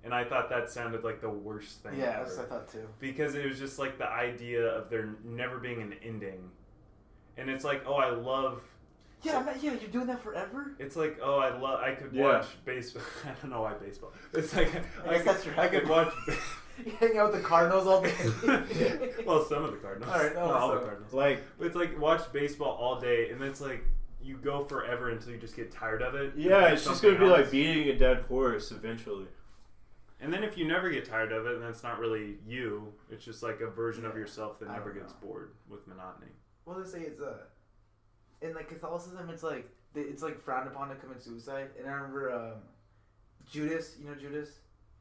[SPEAKER 2] And I thought that sounded like the worst thing
[SPEAKER 1] Yeah, that's what
[SPEAKER 2] ever.
[SPEAKER 1] I thought too.
[SPEAKER 2] Because it was just like the idea of there never being an ending. And it's like, oh, I love
[SPEAKER 1] Yeah, I'm not, yeah, you're doing that forever.
[SPEAKER 2] It's like, oh, I love. I could
[SPEAKER 4] Yeah.
[SPEAKER 2] watch baseball. I don't know why baseball. It's like
[SPEAKER 1] I
[SPEAKER 2] I,
[SPEAKER 1] guess that's
[SPEAKER 2] could,
[SPEAKER 1] your-
[SPEAKER 2] I could watch.
[SPEAKER 1] You hang out with the Cardinals all day.
[SPEAKER 2] well, some of the Cardinals.
[SPEAKER 1] All right,
[SPEAKER 2] Not all the
[SPEAKER 1] also-
[SPEAKER 2] Cardinals.
[SPEAKER 4] Like,
[SPEAKER 2] But it's like watch baseball all day, and it's like you go forever until you just get tired of it.
[SPEAKER 4] yeah,
[SPEAKER 2] and
[SPEAKER 4] it's just
[SPEAKER 2] something
[SPEAKER 4] gonna be like
[SPEAKER 2] else.
[SPEAKER 4] beating a dead horse eventually.
[SPEAKER 2] And then if you never get tired of it, then it's not really you. It's just like a version of
[SPEAKER 1] Yeah,
[SPEAKER 2] yourself that
[SPEAKER 1] I
[SPEAKER 2] never
[SPEAKER 1] don't
[SPEAKER 2] gets
[SPEAKER 1] know.
[SPEAKER 2] bored with monotony.
[SPEAKER 1] Well, they say it's uh, in like Catholicism, it's like they- it's like frowned upon to commit suicide. And I remember um, Judas, you know Judas,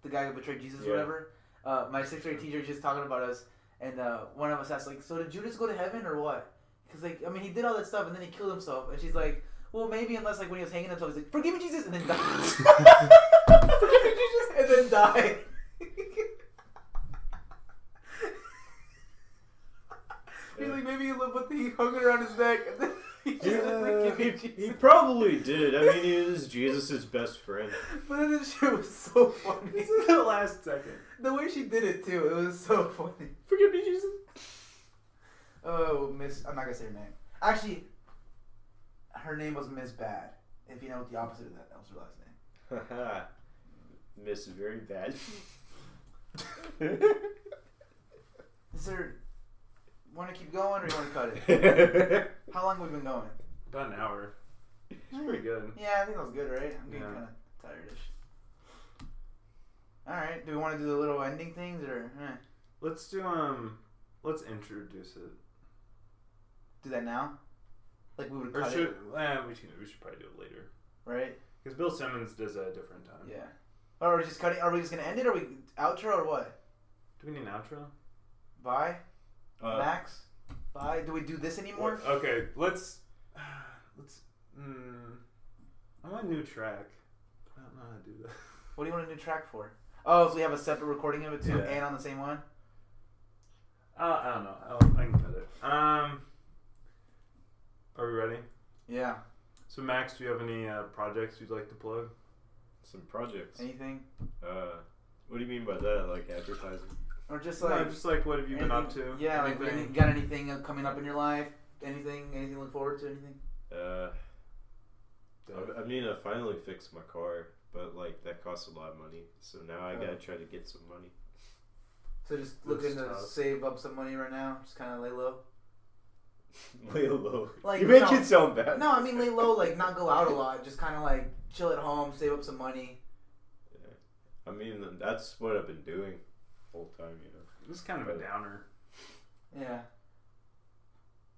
[SPEAKER 1] the guy who betrayed Jesus, or
[SPEAKER 4] Yeah.
[SPEAKER 1] whatever. Uh, my sixth grade teacher was just talking about us, and uh, one of us asked like, "So did Judas go to heaven or what?" Because like I mean, he did all that stuff and then he killed himself. And she's like, "Well, maybe unless like when he was hanging himself, he's like, forgive me, Jesus,' and then died. forgive me, Jesus,' and then died." He's like, maybe he lived with he hung it around his neck, and then he just
[SPEAKER 4] Yeah,
[SPEAKER 1] like,
[SPEAKER 4] he,
[SPEAKER 1] forgive me,
[SPEAKER 4] he
[SPEAKER 1] Jesus."
[SPEAKER 4] probably did. I mean, he is Jesus' best friend.
[SPEAKER 1] But then this shit was so funny.
[SPEAKER 2] This is the last second.
[SPEAKER 1] The way she did it too, it was so funny.
[SPEAKER 2] Forgive me, Jesus.
[SPEAKER 1] Oh, Miss, I'm not gonna say her name. Actually, her name was Miss Bad. If you know what the opposite of that, that was her last name.
[SPEAKER 4] Haha. Miss very bad.
[SPEAKER 1] Is there? Want to keep going or you want to cut it?
[SPEAKER 4] it's
[SPEAKER 1] How long have we been going?
[SPEAKER 2] About an hour. It's pretty good.
[SPEAKER 1] Yeah, I think that was good, right? I'm getting
[SPEAKER 2] Yeah.
[SPEAKER 1] kind of tiredish. All right, do we want to do the little ending things or eh,
[SPEAKER 2] Let's do um. Let's introduce it.
[SPEAKER 1] do that now? Like we would
[SPEAKER 2] Or
[SPEAKER 1] cut
[SPEAKER 2] should
[SPEAKER 1] it,
[SPEAKER 2] eh, we should we should probably do it later
[SPEAKER 1] right?
[SPEAKER 2] because Bill Simmons does that at a different time.
[SPEAKER 1] Yeah. Or are we just cutting? Are we just gonna end it? Are we outro or what?
[SPEAKER 2] Do we need an outro?
[SPEAKER 1] Bye,
[SPEAKER 4] uh,
[SPEAKER 1] Max. Bye. Do we do this anymore?
[SPEAKER 2] Okay, let's let's. Mm, I want a new track. I don't know how to do that.
[SPEAKER 1] What do you want a new track for? Oh, so we have a separate recording of it too,
[SPEAKER 4] Yeah.
[SPEAKER 1] and on the same one.
[SPEAKER 2] Uh, I don't know. I'll, I can cut it. Um, are we ready?
[SPEAKER 1] Yeah.
[SPEAKER 2] So Max, do you have any uh, projects you'd like to plug?
[SPEAKER 4] some projects.
[SPEAKER 1] Anything?
[SPEAKER 4] Uh, what do you mean by that? Like advertising?
[SPEAKER 1] Or just
[SPEAKER 2] No,
[SPEAKER 1] like?
[SPEAKER 2] just like what have you been up to?
[SPEAKER 1] anything- Yeah. Like,
[SPEAKER 2] Anything?
[SPEAKER 1] any, got anything uh, coming up in your life? Anything? Anything? Look forward to anything?
[SPEAKER 4] Uh,
[SPEAKER 2] Uh,
[SPEAKER 4] I, I mean, I finally fixed my car, but like that costs a lot of money. So now I
[SPEAKER 1] Oh.
[SPEAKER 4] gotta try to get some money.
[SPEAKER 1] So just looking to
[SPEAKER 2] tough.
[SPEAKER 1] save up some money right now. Just kind of lay low.
[SPEAKER 4] Lay low.
[SPEAKER 1] Like,
[SPEAKER 4] you make
[SPEAKER 1] no.
[SPEAKER 4] it sound bad.
[SPEAKER 1] No, I mean lay low. Like not go out a lot. Just kind of like chill at home, save up some money.
[SPEAKER 4] I mean, that's what I've been doing whole time, you know.
[SPEAKER 2] This is kind of a downer.
[SPEAKER 1] Yeah.